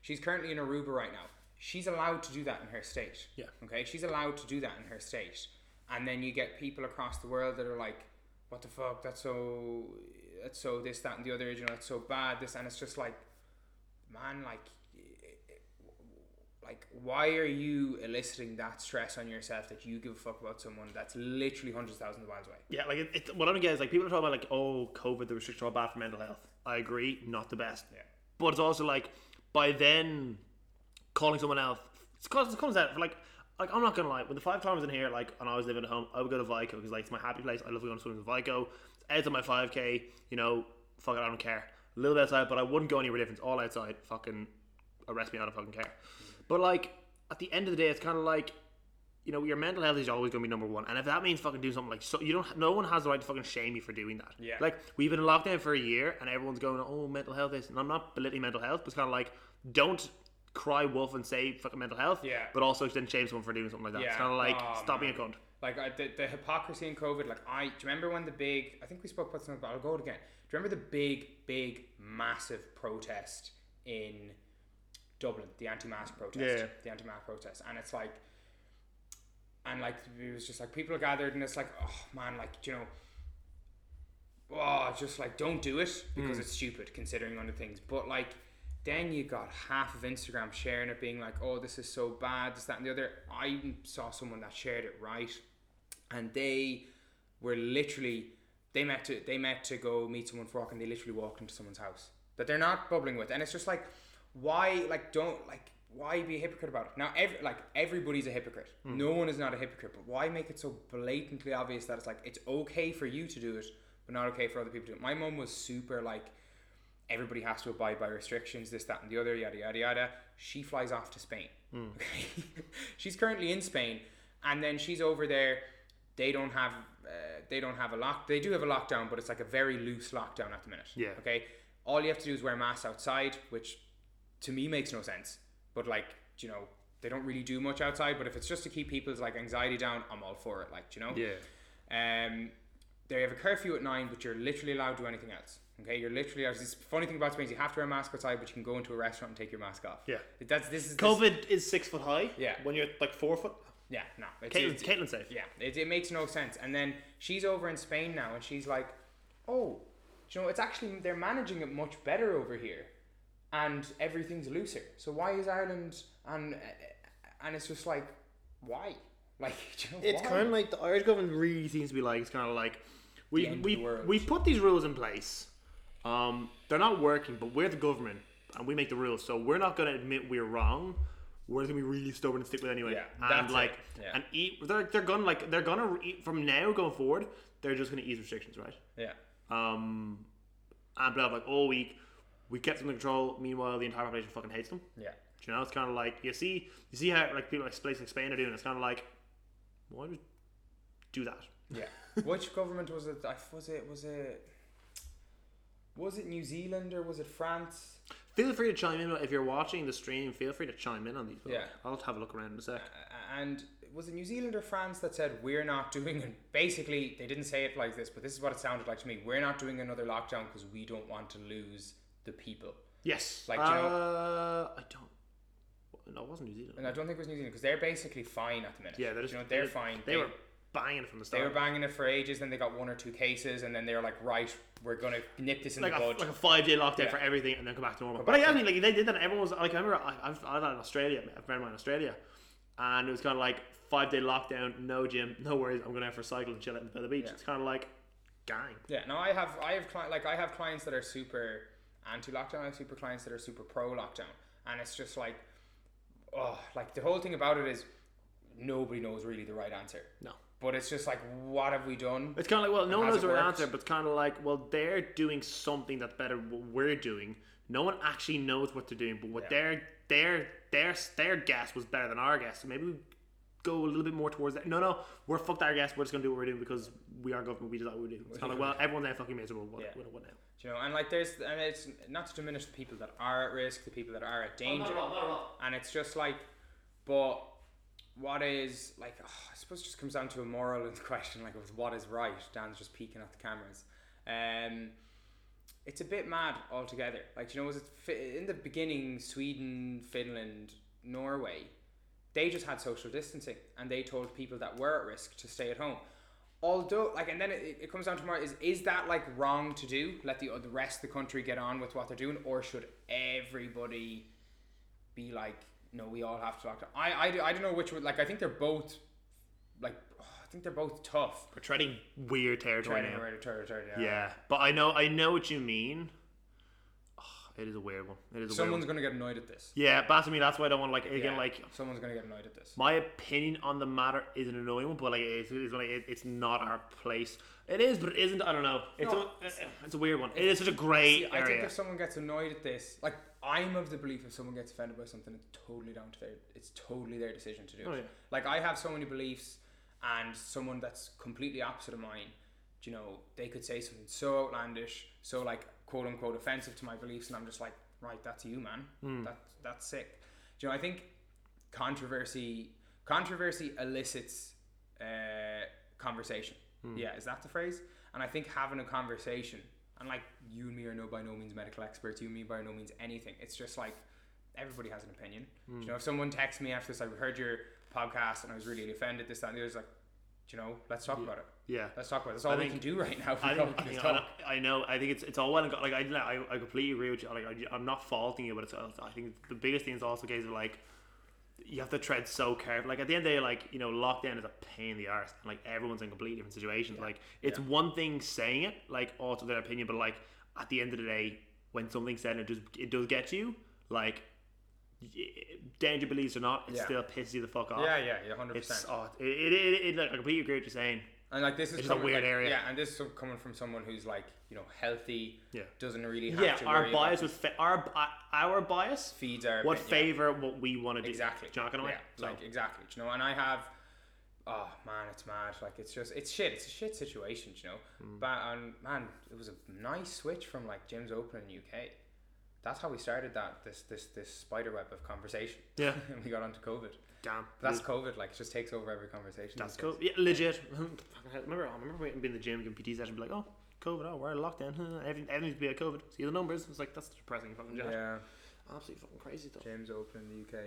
[SPEAKER 2] She's currently in Aruba right now. She's allowed to do that in her state.
[SPEAKER 1] Yeah.
[SPEAKER 2] Okay. She's allowed to do that in her state, and then you get people across the world that are like, "What the fuck? That's so, that's so this, that, and the other. You know, that's so bad. This, and it's just like, man, like, like, why are you eliciting that stress on yourself that you give a fuck about someone that's literally hundreds of thousands of miles away?
[SPEAKER 1] Yeah, like it, it, what I don't get is like people are talking about like oh, COVID, the restrictions are all bad for mental health. I agree, not the best.
[SPEAKER 2] Yeah.
[SPEAKER 1] But it's also like by then calling someone else, it's cause it comes out like like I'm not gonna lie. When the five times in here, like and I was living at home, I would go to Vico because like it's my happy place. I love going to swimming with Vico. It's out on my 5k. You know, fuck it, I don't care. A little bit outside, but I wouldn't go anywhere different. It's All outside, fucking arrest me, I don't fucking care. But like at the end of the day, it's kind of like you know, your mental health is always going to be number one. And if that means fucking do something like so, you don't. No one has the right to fucking shame you for doing that.
[SPEAKER 2] Yeah.
[SPEAKER 1] Like we've been in lockdown for a year, and everyone's going, "Oh, mental health is." And I'm not belittling mental health, but it's kind of like, don't cry wolf and say fucking mental health.
[SPEAKER 2] Yeah.
[SPEAKER 1] But also then shame someone for doing something like that. It's
[SPEAKER 2] Yeah.
[SPEAKER 1] kind of like
[SPEAKER 2] Aw,
[SPEAKER 1] stop being a
[SPEAKER 2] man.
[SPEAKER 1] cunt.
[SPEAKER 2] Like I, the, the hypocrisy in COVID. Like I do you remember when the big? I think we spoke about something, but I'll go it again. Do you remember the big, big, massive protest in Dublin? The anti-mask protest.
[SPEAKER 1] Yeah.
[SPEAKER 2] The anti-mask protest, and it's like, and like it was just like people are gathered, and it's like, oh man, like do you know. Oh, just like don't do it because it's stupid considering other things. But like, then you got half of Instagram sharing it, being like, "Oh, this is so bad," this, that, and the other. I saw someone that shared it right, and they were literally they met to they met to go meet someone for walk, and they literally walked into someone's house that they're not bubbling with, and it's just like, why? Like, don't like why be a hypocrite about it? Now, every like everybody's a hypocrite. No one is not a hypocrite, but why make it so blatantly obvious that it's like it's okay for you to do it, but not okay for other people to do it? My mom was super like everybody has to abide by restrictions, this, that, and the other, yada, yada, yada. She flies off to Spain. Okay? she's currently in Spain, and then she's over there. They don't have, uh, they don't have a lock. They do have a lockdown, but it's like a very loose lockdown at the minute.
[SPEAKER 1] Yeah.
[SPEAKER 2] Okay. All you have to do is wear masks outside, which to me makes no sense. But like, you know, they don't really do much outside. But if it's just to keep people's like anxiety down, I'm all for it. Like, you know. Um, they have a curfew at nine, but you're literally allowed to do anything else. Okay, you're literally. This funny thing about Spain is you have to wear a mask outside, but you can go into a restaurant and take your mask off.
[SPEAKER 1] Yeah.
[SPEAKER 2] that's this is this-
[SPEAKER 1] COVID is six foot high.
[SPEAKER 2] Yeah.
[SPEAKER 1] When you're like four foot,
[SPEAKER 2] yeah, no, it's,
[SPEAKER 1] Caitlin,
[SPEAKER 2] it's,
[SPEAKER 1] Caitlin's safe.
[SPEAKER 2] yeah, it, it makes no sense. And then she's over in Spain now, and she's like, "Oh, do you know, it's actually they're managing it much better over here, and everything's looser. So why is Ireland and and it's just like why? Like do you know,
[SPEAKER 1] It's
[SPEAKER 2] why?
[SPEAKER 1] kind of like the Irish government really seems to be like it's kind of like we
[SPEAKER 2] end of
[SPEAKER 1] we
[SPEAKER 2] the world.
[SPEAKER 1] we put these rules in place. Um, they're not working, but we're the government. and we make the rules. So we're not going to admit we're wrong. We're just gonna be really stubborn and stick with it anyway.
[SPEAKER 2] Yeah,
[SPEAKER 1] and
[SPEAKER 2] that's it.
[SPEAKER 1] like,
[SPEAKER 2] Yeah.
[SPEAKER 1] and eat. They're they're gonna like they're gonna re- from now going forward. They're just gonna ease restrictions, right?
[SPEAKER 2] Yeah.
[SPEAKER 1] Um, and blah like all week. We kept them in control. Meanwhile, the entire population fucking hates them.
[SPEAKER 2] Yeah.
[SPEAKER 1] Do you know, it's kind of like you see, you see how like people like places like Spain are doing. It's kind of like, why would you do that?
[SPEAKER 2] Yeah. Which government was it? I Was it was it was it New Zealand or was it France?
[SPEAKER 1] Feel free to chime in if you're watching the stream. Feel free to chime in on these. but
[SPEAKER 2] Yeah. Uh,
[SPEAKER 1] I'll have a look around in a sec.
[SPEAKER 2] A- And was it New Zealand or France that said we're not doing it? Basically, they didn't say it like this, but this is what it sounded like to me. We're not doing another lockdown because we don't want to lose the people.
[SPEAKER 1] Yes,
[SPEAKER 2] Like,
[SPEAKER 1] uh,
[SPEAKER 2] do you know-
[SPEAKER 1] I don't. No, it wasn't New Zealand.
[SPEAKER 2] And I don't think it was New Zealand because they're basically fine at the minute.
[SPEAKER 1] Yeah, they're
[SPEAKER 2] they're
[SPEAKER 1] just
[SPEAKER 2] you know, they're fine.
[SPEAKER 1] They, were banging it from the
[SPEAKER 2] they were
[SPEAKER 1] start.
[SPEAKER 2] banging it for ages. Then they got one or two cases, and then they were like, right, we're gonna nip this in
[SPEAKER 1] like
[SPEAKER 2] the
[SPEAKER 1] a,
[SPEAKER 2] bud.
[SPEAKER 1] like a five day lockdown
[SPEAKER 2] Yeah.
[SPEAKER 1] for everything, and then come back to normal.
[SPEAKER 2] Go
[SPEAKER 1] But
[SPEAKER 2] back
[SPEAKER 1] like,
[SPEAKER 2] to-
[SPEAKER 1] I mean, like they did that. Everyone was like, I remember I, I've I've had in Australia. I've been in Australia, and it was kind of like five day lockdown, no gym, no worries. I'm going out for a cycle and chill out by the beach.
[SPEAKER 2] Yeah.
[SPEAKER 1] It's kind of like, gang.
[SPEAKER 2] Yeah, no, I have I have cli- like I have clients that are super anti lockdown, I have super clients that are super pro lockdown. And it's just like oh like the whole thing about it is nobody knows really the right answer.
[SPEAKER 1] No.
[SPEAKER 2] But it's just like what have we done?
[SPEAKER 1] It's kind of like, well, no one
[SPEAKER 2] Has
[SPEAKER 1] knows
[SPEAKER 2] it
[SPEAKER 1] the right
[SPEAKER 2] worked?
[SPEAKER 1] answer, but it's kind of like, well, they're doing something that's better than what we're doing. No one actually knows what they're doing, but what their their their their guess was better than our guess. So maybe we go a little bit more towards that. No, no, we're fucked our guess. We're just gonna do what we're doing because we are government. We do what we do. It's kind of like, well, everyone's now fucking miserable. What,
[SPEAKER 2] Yeah.
[SPEAKER 1] what, what now?
[SPEAKER 2] Do you know, and like there's and it's not to diminish the people that are at risk, the people that are at danger. and it's just like but what is like oh, I suppose it just comes down to a moral in the question like with what is right Dan's just peeking at the cameras um it's a bit mad altogether like you know was it fi- in the beginning Sweden Finland Norway they just had social distancing and they told people that were at risk to stay at home although like and then it, it comes down to more is is that like wrong to do let the, the rest of the country get on with what they're doing or should everybody be like, no, we all have to lock down. I, I, do- I don't know which would like. I think they're both like. I think they're both tough.
[SPEAKER 1] We're treading weird territory
[SPEAKER 2] Turn
[SPEAKER 1] now.
[SPEAKER 2] around, turn around, turn around.
[SPEAKER 1] Yeah, but I know I know what you mean. Ah, it is a weird one. It is a weird
[SPEAKER 2] Someone's
[SPEAKER 1] one.
[SPEAKER 2] gonna get annoyed at this.
[SPEAKER 1] Yeah, but to me, that's why I don't want to like again
[SPEAKER 2] Yeah.
[SPEAKER 1] like
[SPEAKER 2] someone's gonna get annoyed at this.
[SPEAKER 1] My opinion on the matter is an annoying one, but like it's, it's like it- it's not our place. It is, but it isn't. I don't know. It's
[SPEAKER 2] No,
[SPEAKER 1] a, it's a weird one. It is such a grey
[SPEAKER 2] I think
[SPEAKER 1] area.
[SPEAKER 2] if someone gets annoyed at this, like I'm of the belief if someone gets offended by something, it's totally down to their it's totally their decision to do
[SPEAKER 1] Oh,
[SPEAKER 2] it.
[SPEAKER 1] yeah.
[SPEAKER 2] Like I have so many beliefs and someone that's completely opposite of mine, you know, they could say something so outlandish, so like quote unquote offensive to my beliefs, and I'm just like, right, that's you, man.
[SPEAKER 1] Hmm.
[SPEAKER 2] That that's sick. Do you know, I think controversy controversy elicits uh, conversation.
[SPEAKER 1] Hmm.
[SPEAKER 2] Yeah, is that the phrase? And I think having a conversation, and like you and me are no by no means medical experts, you and me by no means anything. It's just like everybody has an opinion.
[SPEAKER 1] Hmm.
[SPEAKER 2] You know, if someone texts me after this, I heard your podcast and I was really offended, this, that, and the other, it's like, "Do you know, let's talk about it.
[SPEAKER 1] yeah,
[SPEAKER 2] Let's talk about it. That's all we
[SPEAKER 1] think-
[SPEAKER 2] can do right now.
[SPEAKER 1] I,
[SPEAKER 2] We all
[SPEAKER 1] think, I,
[SPEAKER 2] can
[SPEAKER 1] think-
[SPEAKER 2] talk.
[SPEAKER 1] I know. I think it's it's all well and good. Like I, I, I completely agree with you. Like I, am not faulting you, but it's, I think the biggest thing is also a case of like you have to tread so careful. Like at the end of the day, like you know, lockdown is a pain in the arse. and, Like everyone's in completely different situations. Like it's one thing saying it, like also their opinion, but like at the end of the day, when something's said and it does it does get you, like y- danger beliefs or not, it
[SPEAKER 2] Yeah.
[SPEAKER 1] still pisses you the fuck off.
[SPEAKER 2] yeah, yeah, yeah, hundred
[SPEAKER 1] It's
[SPEAKER 2] percent.
[SPEAKER 1] oh, it, it, it, it, like, I completely agree with what you're saying.
[SPEAKER 2] And like this is
[SPEAKER 1] It's a
[SPEAKER 2] coming,
[SPEAKER 1] weird
[SPEAKER 2] like-
[SPEAKER 1] area.
[SPEAKER 2] Yeah, and this is some- coming from someone who's like you know healthy.
[SPEAKER 1] Yeah.
[SPEAKER 2] Doesn't really have
[SPEAKER 1] Yeah,
[SPEAKER 2] to
[SPEAKER 1] our
[SPEAKER 2] worry about
[SPEAKER 1] bias was fa- our our bias
[SPEAKER 2] feeds our
[SPEAKER 1] what
[SPEAKER 2] opinion.
[SPEAKER 1] favor what we want to do.
[SPEAKER 2] exactly
[SPEAKER 1] Do you know what I mean?
[SPEAKER 2] yeah, like exactly do you know and I have oh man it's mad like it's just it's shit it's a shit situation do you know
[SPEAKER 1] Hmm.
[SPEAKER 2] but um, man it was a nice switch from like gyms open in UK that's how we started that this this this spider web of conversation
[SPEAKER 1] yeah.
[SPEAKER 2] and we got onto COVID
[SPEAKER 1] Damn.
[SPEAKER 2] that's COVID like it just takes over every conversation
[SPEAKER 1] that's
[SPEAKER 2] these days.
[SPEAKER 1] cool. Yeah, legit. Fucking hell, remember, I remember being in the gym and PT session, be like, oh, COVID, oh, we're in lockdown. Everything, everything's be a COVID. See the numbers. It's like that's depressing. Fucking yeah.
[SPEAKER 2] yeah
[SPEAKER 1] Absolutely fucking crazy though.
[SPEAKER 2] James Open in the UK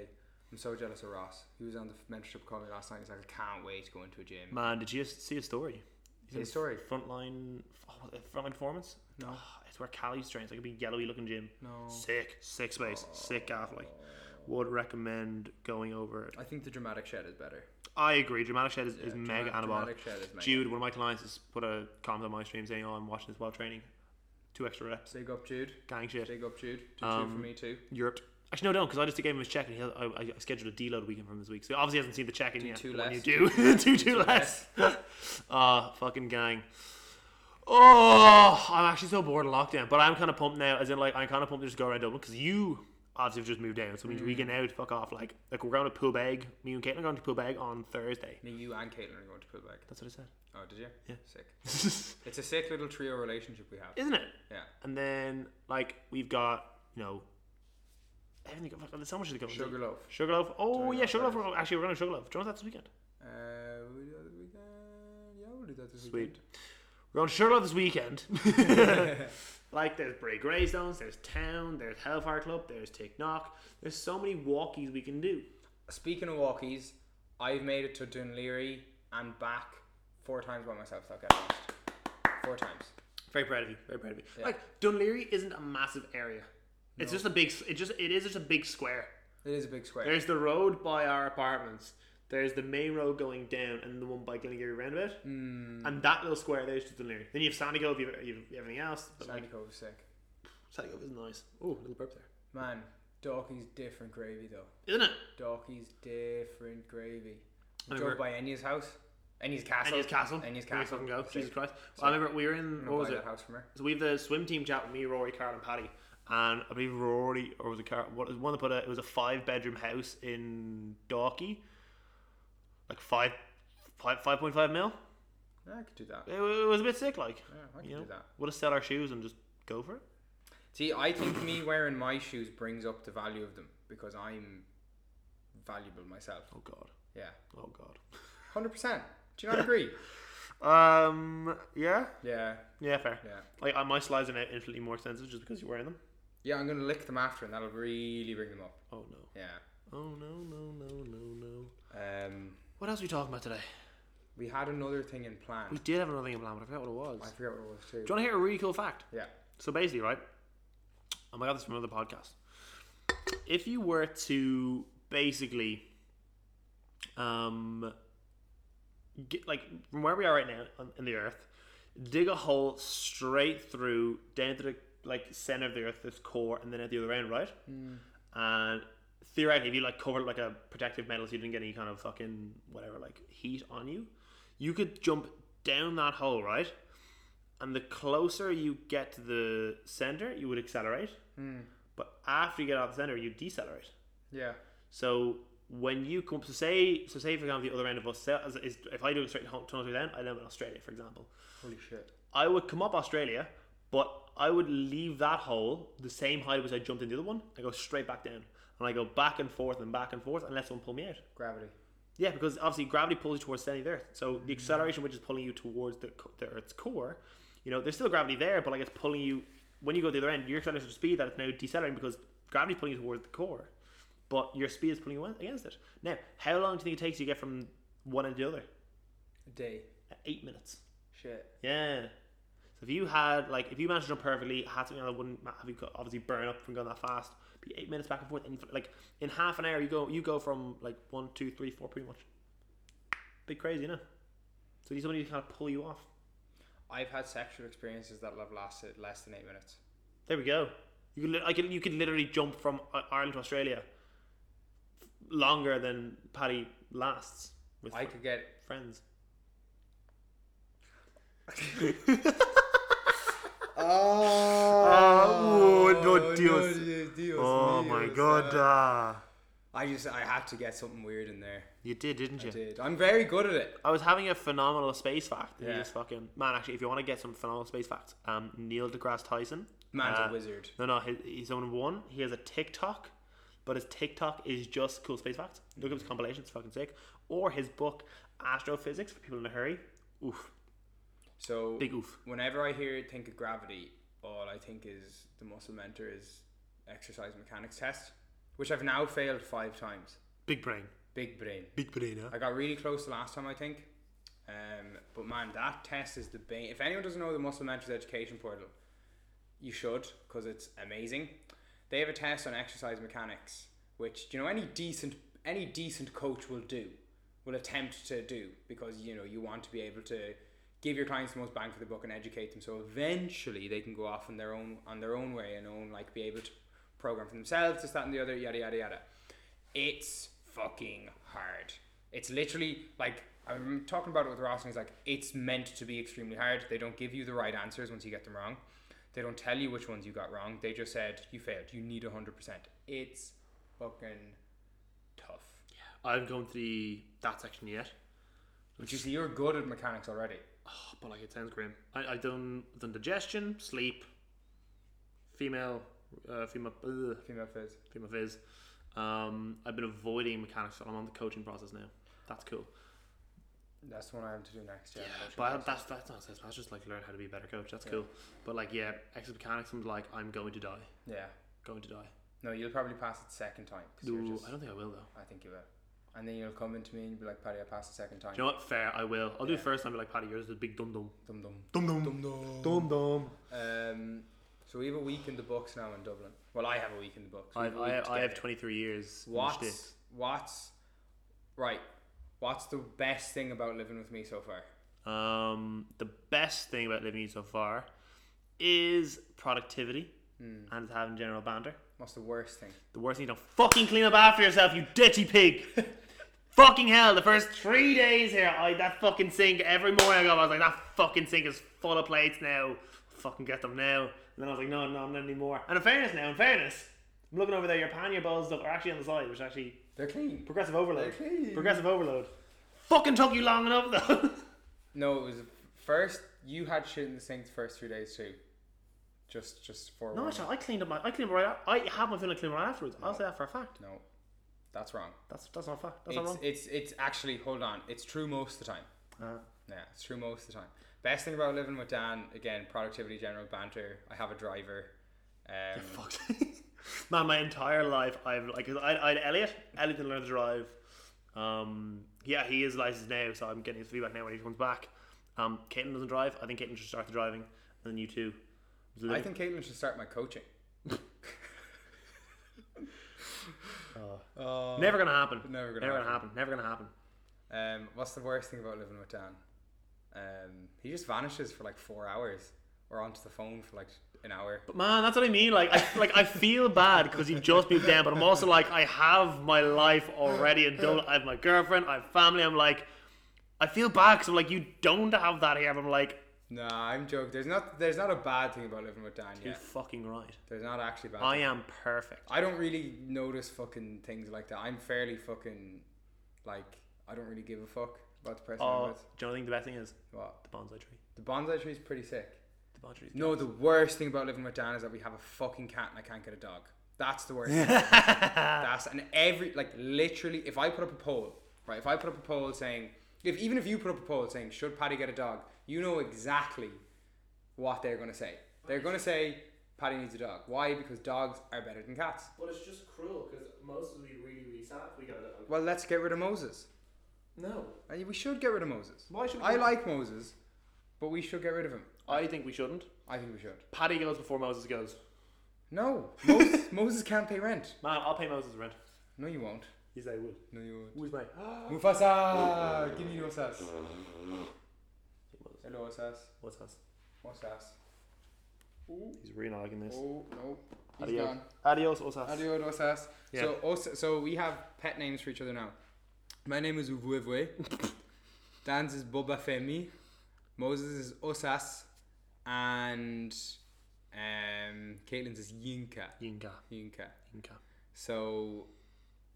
[SPEAKER 2] I'm so jealous of Ross he was on the mentorship call me last night he's like I can't wait to go into a gym
[SPEAKER 1] Man, did you see a story? He's
[SPEAKER 2] See a
[SPEAKER 1] in
[SPEAKER 2] story?
[SPEAKER 1] Frontline, oh, frontline performance.
[SPEAKER 2] no
[SPEAKER 1] Ah, it's where Cali's trains, like a big yellowy looking gym.
[SPEAKER 2] no
[SPEAKER 1] Sick, sick space, sick athlete. Like, would recommend going over. it.
[SPEAKER 2] I think the dramatic shed is better
[SPEAKER 1] I agree. Dramatic Shed is, is
[SPEAKER 2] Yeah,
[SPEAKER 1] mega
[SPEAKER 2] dramatic-
[SPEAKER 1] anabolic.
[SPEAKER 2] dramatic shed is mega.
[SPEAKER 1] Jude, one of my clients, has put a comment on my stream saying, "Oh, I'm watching this while training." Two extra reps.
[SPEAKER 2] Big up, Jude.
[SPEAKER 1] Gang shit.
[SPEAKER 2] Big up, Jude. Do two
[SPEAKER 1] Um,
[SPEAKER 2] for me too.
[SPEAKER 1] Europe. Actually, no, don't, because I just gave him his check and he, I, I scheduled a deload weekend from this week. So he obviously hasn't seen the check in yet.
[SPEAKER 2] two
[SPEAKER 1] but when
[SPEAKER 2] less.
[SPEAKER 1] You do. two, two less. Ah, fucking gang. Oh, I'm actually so bored of lockdown, but I'm kind of pumped now. As in, like, I'm kind of pumped to just go around Dublin because you obviously have just moved down, so we, we can now fuck off. Like, like we're going to Pool Bag. Me and Caitlin are going to Pool Bag on Thursday.
[SPEAKER 2] Me, you, and Caitlin are going to put back.
[SPEAKER 1] That's what I
[SPEAKER 2] Oh, did you?
[SPEAKER 1] Yeah.
[SPEAKER 2] Sick.
[SPEAKER 1] said,
[SPEAKER 2] It's a sick little trio relationship we have.
[SPEAKER 1] isn't it?
[SPEAKER 2] Yeah.
[SPEAKER 1] And then like we've got you know, everything. fuck, There's so much to go. into.
[SPEAKER 2] Sugarloaf.
[SPEAKER 1] Sugarloaf. Oh
[SPEAKER 2] Sorry,
[SPEAKER 1] yeah,
[SPEAKER 2] not
[SPEAKER 1] Sugarloaf.
[SPEAKER 2] bad.
[SPEAKER 1] We're, actually, we're going to Sugarloaf. Do you want that this weekend?
[SPEAKER 2] Uh, we'll do that this weekend. Yeah, we'll do that this
[SPEAKER 1] Sweet.
[SPEAKER 2] weekend.
[SPEAKER 1] We're going to Sugarloaf this weekend. like there's Bray Greystones, there's Town, there's Hellfire Club, there's Tick Knock. There's so many walkies we can do.
[SPEAKER 2] Speaking of walkies, I've made it to Dunleary and back four times by myself. Without getting lost. Four times.
[SPEAKER 1] Very proud of you. Very proud of you. Like Dunleary isn't a massive area. It's just a big. It just it is just a big square.
[SPEAKER 2] It is a big square.
[SPEAKER 1] There's the road by our apartments. There's the main road going down, and the one by Glengarry Roundabout. Mm. And that little square there is just Dunleary. Then you have Sandy Cove, you have, you have everything else. But like,
[SPEAKER 2] Sandy Cove is sick.
[SPEAKER 1] Sandy Cove is nice. Oh, little burp there.
[SPEAKER 2] Man, Dorky's different gravy though.
[SPEAKER 1] Isn't it?
[SPEAKER 2] Dorky's different gravy.
[SPEAKER 1] I
[SPEAKER 2] We drove
[SPEAKER 1] remember-
[SPEAKER 2] by Enya's house. Enya's castle.
[SPEAKER 1] And his castle.
[SPEAKER 2] Enya's
[SPEAKER 1] There we
[SPEAKER 2] castle.
[SPEAKER 1] fucking go.
[SPEAKER 2] Sick.
[SPEAKER 1] Jesus Christ. Well, I remember we were in,
[SPEAKER 2] I'm
[SPEAKER 1] what
[SPEAKER 2] gonna
[SPEAKER 1] was
[SPEAKER 2] buy
[SPEAKER 1] it?
[SPEAKER 2] that house from her.
[SPEAKER 1] So we have the swim team chat with me, Rory, Carl, and Paddy. And I believe Rory, or was it Carl, what, one that put a, it was a five bedroom house in Dorky. Like five, five, 5.5 mil.
[SPEAKER 2] Yeah, I could do that.
[SPEAKER 1] It, wa- it was a bit sick, like.
[SPEAKER 2] Yeah, I could
[SPEAKER 1] You know,
[SPEAKER 2] do that.
[SPEAKER 1] we'll just sell our shoes and just go for it.
[SPEAKER 2] See, I think me wearing my shoes brings up the value of them because I'm valuable myself.
[SPEAKER 1] Oh god.
[SPEAKER 2] Yeah,
[SPEAKER 1] Oh god.
[SPEAKER 2] hundred percent. Do you not agree?
[SPEAKER 1] Um. Yeah.
[SPEAKER 2] yeah,
[SPEAKER 1] Yeah. Fair.
[SPEAKER 2] yeah,
[SPEAKER 1] Like uh, my slides are now infinitely more expensive just because you're wearing them.
[SPEAKER 2] yeah. I'm gonna lick them after, and that'll really bring them up.
[SPEAKER 1] Oh no.
[SPEAKER 2] Yeah.
[SPEAKER 1] Oh no no no no no.
[SPEAKER 2] Um,
[SPEAKER 1] What else are we talking about today?
[SPEAKER 2] we had another thing in
[SPEAKER 1] We
[SPEAKER 2] plan.
[SPEAKER 1] did have another thing in plan, but I forgot what it
[SPEAKER 2] I
[SPEAKER 1] was.
[SPEAKER 2] forget what it was
[SPEAKER 1] Do
[SPEAKER 2] too.
[SPEAKER 1] you want to hear a really cool fact?
[SPEAKER 2] Yeah.
[SPEAKER 1] So basically, right? Oh my god, this is from another podcast. If you were to basically, um, get like from where we are right now on, in the Earth, dig a hole straight through down to the like center of the Earth, this core, and then at the other end, right? And theoretically, if you like covered it like a protective metal, so you didn't get any kind of fucking whatever like heat on you, you could jump down that hole, right? and the closer you get to the center, you would accelerate. But after you get out of the center, you decelerate.
[SPEAKER 2] Yeah.
[SPEAKER 1] So when you come, so say, so say for example, the other end of us, say- as- is if I do a straight hon- tunnel through then, I live in Australia, for example.
[SPEAKER 2] Holy shit.
[SPEAKER 1] I would come up Australia, but I would leave that hole the same height as I jumped in the other one. I go straight back down, and I go back and forth and back and forth, and let someone pull me out.
[SPEAKER 2] Gravity.
[SPEAKER 1] Yeah, because obviously gravity pulls you towards the center of the Earth. So the acceleration, which is pulling you towards the, co- the Earth's core, you know, there's still gravity there, but like it's pulling you. When you go to the other end, your acceleration is speed that it's now decelerating because gravity's pulling you towards the core, but your speed is pulling you in- against it. Now, how long do you think it takes you to get from one end to the other?
[SPEAKER 2] A day.
[SPEAKER 1] Eight minutes.
[SPEAKER 2] Shit.
[SPEAKER 1] Yeah. So if you had like if you managed to jump perfectly, had something that wouldn't ma- have you got- obviously burn up from going that fast. Be eight minutes back and forth, and like in half an hour you go you go from like one, two, three, four, pretty much. Bit crazy, you know. So these somebody to kind of pull you off.
[SPEAKER 2] I've had sexual experiences that have lasted less than eight minutes.
[SPEAKER 1] There we go. You could li- I could you could literally jump from I- Ireland to Australia longer than Paddy lasts with
[SPEAKER 2] I
[SPEAKER 1] fr-
[SPEAKER 2] could get.
[SPEAKER 1] friends.
[SPEAKER 2] Oh,
[SPEAKER 1] no, Dios. Oh my god, uh,
[SPEAKER 2] I just I had to get something weird in there.
[SPEAKER 1] you did, didn't you?
[SPEAKER 2] I did. I'm very good at it.
[SPEAKER 1] I was having a phenomenal space fact. Yeah.
[SPEAKER 2] Yeah.
[SPEAKER 1] just fucking man. Actually, if you want to get some phenomenal space facts, um, Neil deGrasse Tyson.
[SPEAKER 2] Man's
[SPEAKER 1] uh,
[SPEAKER 2] a wizard.
[SPEAKER 1] No, no, he, he's on one. He has a TikTok, but his TikTok is just cool space facts. Look at his compilations, fucking sick. Or his book Astrophysics for people in a hurry. Oof,
[SPEAKER 2] So
[SPEAKER 1] big oof.
[SPEAKER 2] whenever I hear think of gravity, all I think is the muscle mentor is exercise mechanics test, which I've now failed five times.
[SPEAKER 1] Big brain,
[SPEAKER 2] Big brain.
[SPEAKER 1] big brain. Huh?
[SPEAKER 2] I got really close the last time I think. Um, but man, that test is the bane. If anyone doesn't know the Muscle Mentors Education Portal, you should because it's amazing. They have a test on exercise mechanics, which you know any decent any decent coach will do, will attempt to do because you know you want to be able to give your clients the most bang for the buck and educate them so eventually they can go off on their own on their own way and own like be able to program for themselves, this, that, and the other, yada yada yada. It's fucking hard. It's literally like I'm talking about it with Ross, and he's like, it's meant to be extremely hard. They don't give you the right answers once you get them wrong. They don't tell you which ones you got wrong. They just said you failed. You need 100%. It's fucking tough.
[SPEAKER 1] I haven't gone to the that section yet,
[SPEAKER 2] Which is you're good at mechanics already.
[SPEAKER 1] Oh, but like it sounds grim. I I done done digestion, sleep, female, uh, female, ugh,
[SPEAKER 2] Female phys.
[SPEAKER 1] female phys. Um, I've been avoiding mechanics. I'm on the coaching process now. That's cool.
[SPEAKER 2] That's the one I have to do next. Yeah. emotional
[SPEAKER 1] But I-
[SPEAKER 2] process.
[SPEAKER 1] that's that's not that's just like learn how to be a better coach. That's cool. But like yeah, exit mechanics. I'm like I'm going to die.
[SPEAKER 2] yeah.
[SPEAKER 1] Going to die.
[SPEAKER 2] No, you'll probably pass it second time. 'cause you're
[SPEAKER 1] Ooh,
[SPEAKER 2] just-
[SPEAKER 1] I don't think I will though.
[SPEAKER 2] I think you will. And then you'll come into me and you'll be like, Paddy, I passed the second time.
[SPEAKER 1] You know what? Fair. I will. I'll do it
[SPEAKER 2] Yeah.
[SPEAKER 1] first. And I'll be like, Paddy, yours is a big dum dum.
[SPEAKER 2] Dum dum.
[SPEAKER 1] Dum dum.
[SPEAKER 2] Dum dum.
[SPEAKER 1] Dum dum.
[SPEAKER 2] Um, so we have a week in the books now in Dublin. Well, I have a week in the books. We
[SPEAKER 1] I,
[SPEAKER 2] a week
[SPEAKER 1] I, I have
[SPEAKER 2] together.
[SPEAKER 1] 23 years. in the shtick.
[SPEAKER 2] What's what's right? What's the best thing about living with me so far?
[SPEAKER 1] Um, the best thing about living here so far is productivity and having general banter.
[SPEAKER 2] What's the worst thing?
[SPEAKER 1] The worst thing, you don't fucking clean up after yourself, you dirty pig. fucking hell, the first three days here, I that fucking sink, every morning I go, I was like, that fucking sink is full of plates now. Fucking get them now. And then I was like, no, no, not anymore. And in fairness now, in fairness, I'm looking over there, your pan, your bowls, stuff are actually on the side, which is actually
[SPEAKER 2] They're clean.
[SPEAKER 1] progressive overload.
[SPEAKER 2] They're clean.
[SPEAKER 1] Progressive overload. Fucking took you long enough though.
[SPEAKER 2] No, it was first you had shit in the sink the first three days too. Just just for
[SPEAKER 1] No, actually, I cleaned up my. I cleaned up right. out- I have my feeling clean right afterwards. I'll say that for a fact.
[SPEAKER 2] no, that's wrong.
[SPEAKER 1] That's that's not a fact. That's not
[SPEAKER 2] It's
[SPEAKER 1] wrong.
[SPEAKER 2] it's it's actually hold on. It's true most of the time.
[SPEAKER 1] Uh,
[SPEAKER 2] Yeah, it's true most of the time. Best thing about living with Dan again, productivity, general banter. I have a driver. Um,
[SPEAKER 1] fuck. Man, my entire life, I've like, 'cause I, I had Elliot. Elliot didn't learn to drive. Um, yeah, he is licensed now, so I'm getting his feedback now when he comes back. Um, Caitlin doesn't drive. I think Caitlin should start the driving, and then you two.
[SPEAKER 2] I think Caitlin should start my coaching. Oh.
[SPEAKER 1] never gonna happen.
[SPEAKER 2] Never gonna
[SPEAKER 1] never gonna happen. Never gonna happen.
[SPEAKER 2] Um, what's the worst thing about living with Dan? Um, he just vanishes for like four hours. We're onto the phone for like an hour.
[SPEAKER 1] But man, that's what I mean. Like, I like I feel bad because you've just moved down, but I'm also like, I have my life already. And don't I have my girlfriend? I have family. I'm like, I feel bad because I'm like, you don't have that here. But I'm like,
[SPEAKER 2] Nah, I'm joking. There's not there's not a bad thing about living with Dan
[SPEAKER 1] you're
[SPEAKER 2] yet.
[SPEAKER 1] fucking right.
[SPEAKER 2] There's not actually a bad.
[SPEAKER 1] I
[SPEAKER 2] thing.
[SPEAKER 1] am perfect.
[SPEAKER 2] I don't really notice fucking things like that. I'm fairly fucking like I don't really give a fuck about the person. I'm
[SPEAKER 1] Oh,
[SPEAKER 2] with.
[SPEAKER 1] do you know what I think the best thing is
[SPEAKER 2] What
[SPEAKER 1] the bonsai tree?
[SPEAKER 2] the bonsai tree is pretty sick.
[SPEAKER 1] The bonsai tree. is
[SPEAKER 2] No, the worst thing about living with Dan is that we have a fucking cat and I can't get a dog. That's the worst. thing. That's and every like literally, if I put up a poll, right? If I put up a poll saying, if even if you put up a poll saying, should Patty get a dog? You know exactly what they're gonna say. They're gonna say Patty needs a dog. Why? Because dogs are better than cats.
[SPEAKER 1] But it's just cruel because most would be really, really sad if we got it.
[SPEAKER 2] Well, let's get rid of Moses.
[SPEAKER 1] No,
[SPEAKER 2] And we should get rid of Moses.
[SPEAKER 1] Why should we
[SPEAKER 2] I
[SPEAKER 1] get-
[SPEAKER 2] like Moses, but we should get rid of him.
[SPEAKER 1] I think we shouldn't.
[SPEAKER 2] I think we should.
[SPEAKER 1] Paddy goes before Moses goes.
[SPEAKER 2] No, Moses, Moses can't pay rent.
[SPEAKER 1] Man, I'll pay Moses rent.
[SPEAKER 2] No, you won't.
[SPEAKER 1] Yes, I would.
[SPEAKER 2] No, you
[SPEAKER 1] Who's
[SPEAKER 2] won't.
[SPEAKER 1] my?
[SPEAKER 2] Mufasa! Give me your sass.
[SPEAKER 1] Moses.
[SPEAKER 2] Hello, sass.
[SPEAKER 1] What's us?
[SPEAKER 2] What's sass?
[SPEAKER 1] He's really not liking this.
[SPEAKER 2] Oh, no. He's
[SPEAKER 1] Adios.
[SPEAKER 2] gone.
[SPEAKER 1] Adios, Osas.
[SPEAKER 2] Adios, Osas.
[SPEAKER 1] Yeah.
[SPEAKER 2] So, os- so we have pet names for each other now. My name is Uvuevue. Dan's is Boba Femi. Moses is Osas. And um, Caitlin's is Yinka.
[SPEAKER 1] Yinka.
[SPEAKER 2] Yinka.
[SPEAKER 1] Yinka.
[SPEAKER 2] So,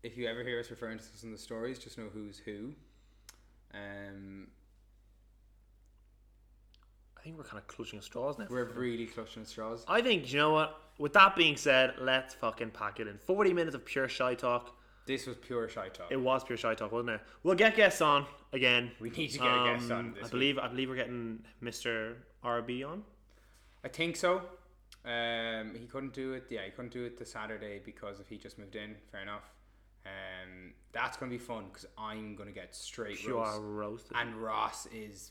[SPEAKER 2] if you ever hear us referring to some of the stories, just know who's who. Um,
[SPEAKER 1] I think we're kind of clutching at straws now.
[SPEAKER 2] we're really clutching at straws.
[SPEAKER 1] I think, you know what? With that being said, let's fucking pack it in. 40 minutes of pure shy talk.
[SPEAKER 2] This was pure shy talk.
[SPEAKER 1] It was pure shy talk, wasn't it? We'll get guests on again.
[SPEAKER 2] We need to get a guest on
[SPEAKER 1] Um,
[SPEAKER 2] this
[SPEAKER 1] I
[SPEAKER 2] week.
[SPEAKER 1] believe I believe we're getting Mr. RB on.
[SPEAKER 2] I think so. Um, he couldn't do it. Yeah, he couldn't do it the Saturday because if he just moved in, fair enough. Um, that's gonna be fun because I'm gonna get straight
[SPEAKER 1] You are
[SPEAKER 2] roast.
[SPEAKER 1] roasted.
[SPEAKER 2] and Ross is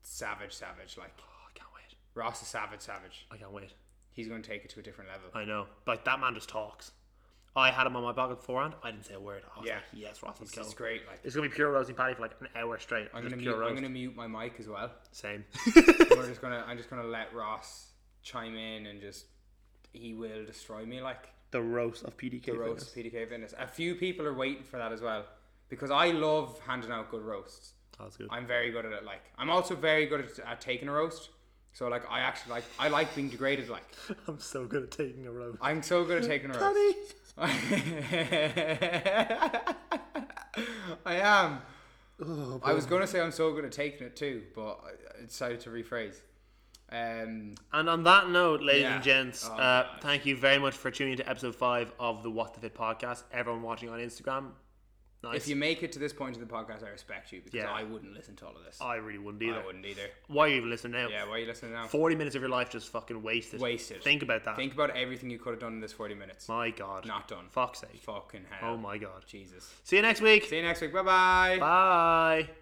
[SPEAKER 2] savage, savage. Like
[SPEAKER 1] Oh, I can't wait.
[SPEAKER 2] Ross is savage, savage.
[SPEAKER 1] I can't wait.
[SPEAKER 2] He's gonna take it to a different level.
[SPEAKER 1] I know. Like that man just talks. I had him on my pocket beforehand. I didn't say a word. I was
[SPEAKER 2] Yeah.
[SPEAKER 1] like, yes, Ross, let's
[SPEAKER 2] This is
[SPEAKER 1] go.
[SPEAKER 2] great. Like
[SPEAKER 1] It's gonna be pure roasting patty for like an hour straight.
[SPEAKER 2] I'm
[SPEAKER 1] just
[SPEAKER 2] gonna mute,
[SPEAKER 1] pure
[SPEAKER 2] I'm
[SPEAKER 1] roast.
[SPEAKER 2] gonna mute my mic as well.
[SPEAKER 1] Same.
[SPEAKER 2] We're just gonna I'm just gonna let Ross chime in and just he will destroy me like
[SPEAKER 1] the roast of PDK.
[SPEAKER 2] the roast of PDK Fitness. A few people are waiting for that as well because I love handing out good roasts.
[SPEAKER 1] That was good.
[SPEAKER 2] I'm very good at it. Like I'm also very good at, at taking a roast. So like I actually like I like being degraded. Like
[SPEAKER 1] I'm so good at taking a roast.
[SPEAKER 2] I'm so good at taking a roast.
[SPEAKER 1] Patty.
[SPEAKER 2] I am.
[SPEAKER 1] Oh,
[SPEAKER 2] I was gonna say I'm so good at taking it too, but I- I decided to rephrase. Um,
[SPEAKER 1] And on that note, ladies
[SPEAKER 2] Yeah.
[SPEAKER 1] and gents,
[SPEAKER 2] Oh,
[SPEAKER 1] uh,
[SPEAKER 2] God.
[SPEAKER 1] thank you very much for tuning into episode five of the What the Fit podcast. Everyone watching on Instagram, nice.
[SPEAKER 2] if you make it to this point of the podcast, I respect you because
[SPEAKER 1] Yeah.
[SPEAKER 2] I wouldn't listen to all of this.
[SPEAKER 1] I really wouldn't either.
[SPEAKER 2] I wouldn't either.
[SPEAKER 1] Why are you even listening now?
[SPEAKER 2] Yeah, why are you listening now?
[SPEAKER 1] Forty minutes of your life just fucking wasted.
[SPEAKER 2] Wasted.
[SPEAKER 1] Think about that.
[SPEAKER 2] Think about everything you could have done in this 40 minutes.
[SPEAKER 1] my God.
[SPEAKER 2] Not done.
[SPEAKER 1] Fuck's sake.
[SPEAKER 2] Fucking hell.
[SPEAKER 1] Oh my God.
[SPEAKER 2] Jesus.
[SPEAKER 1] See you next week.
[SPEAKER 2] See you next week. Bye bye.
[SPEAKER 1] Bye.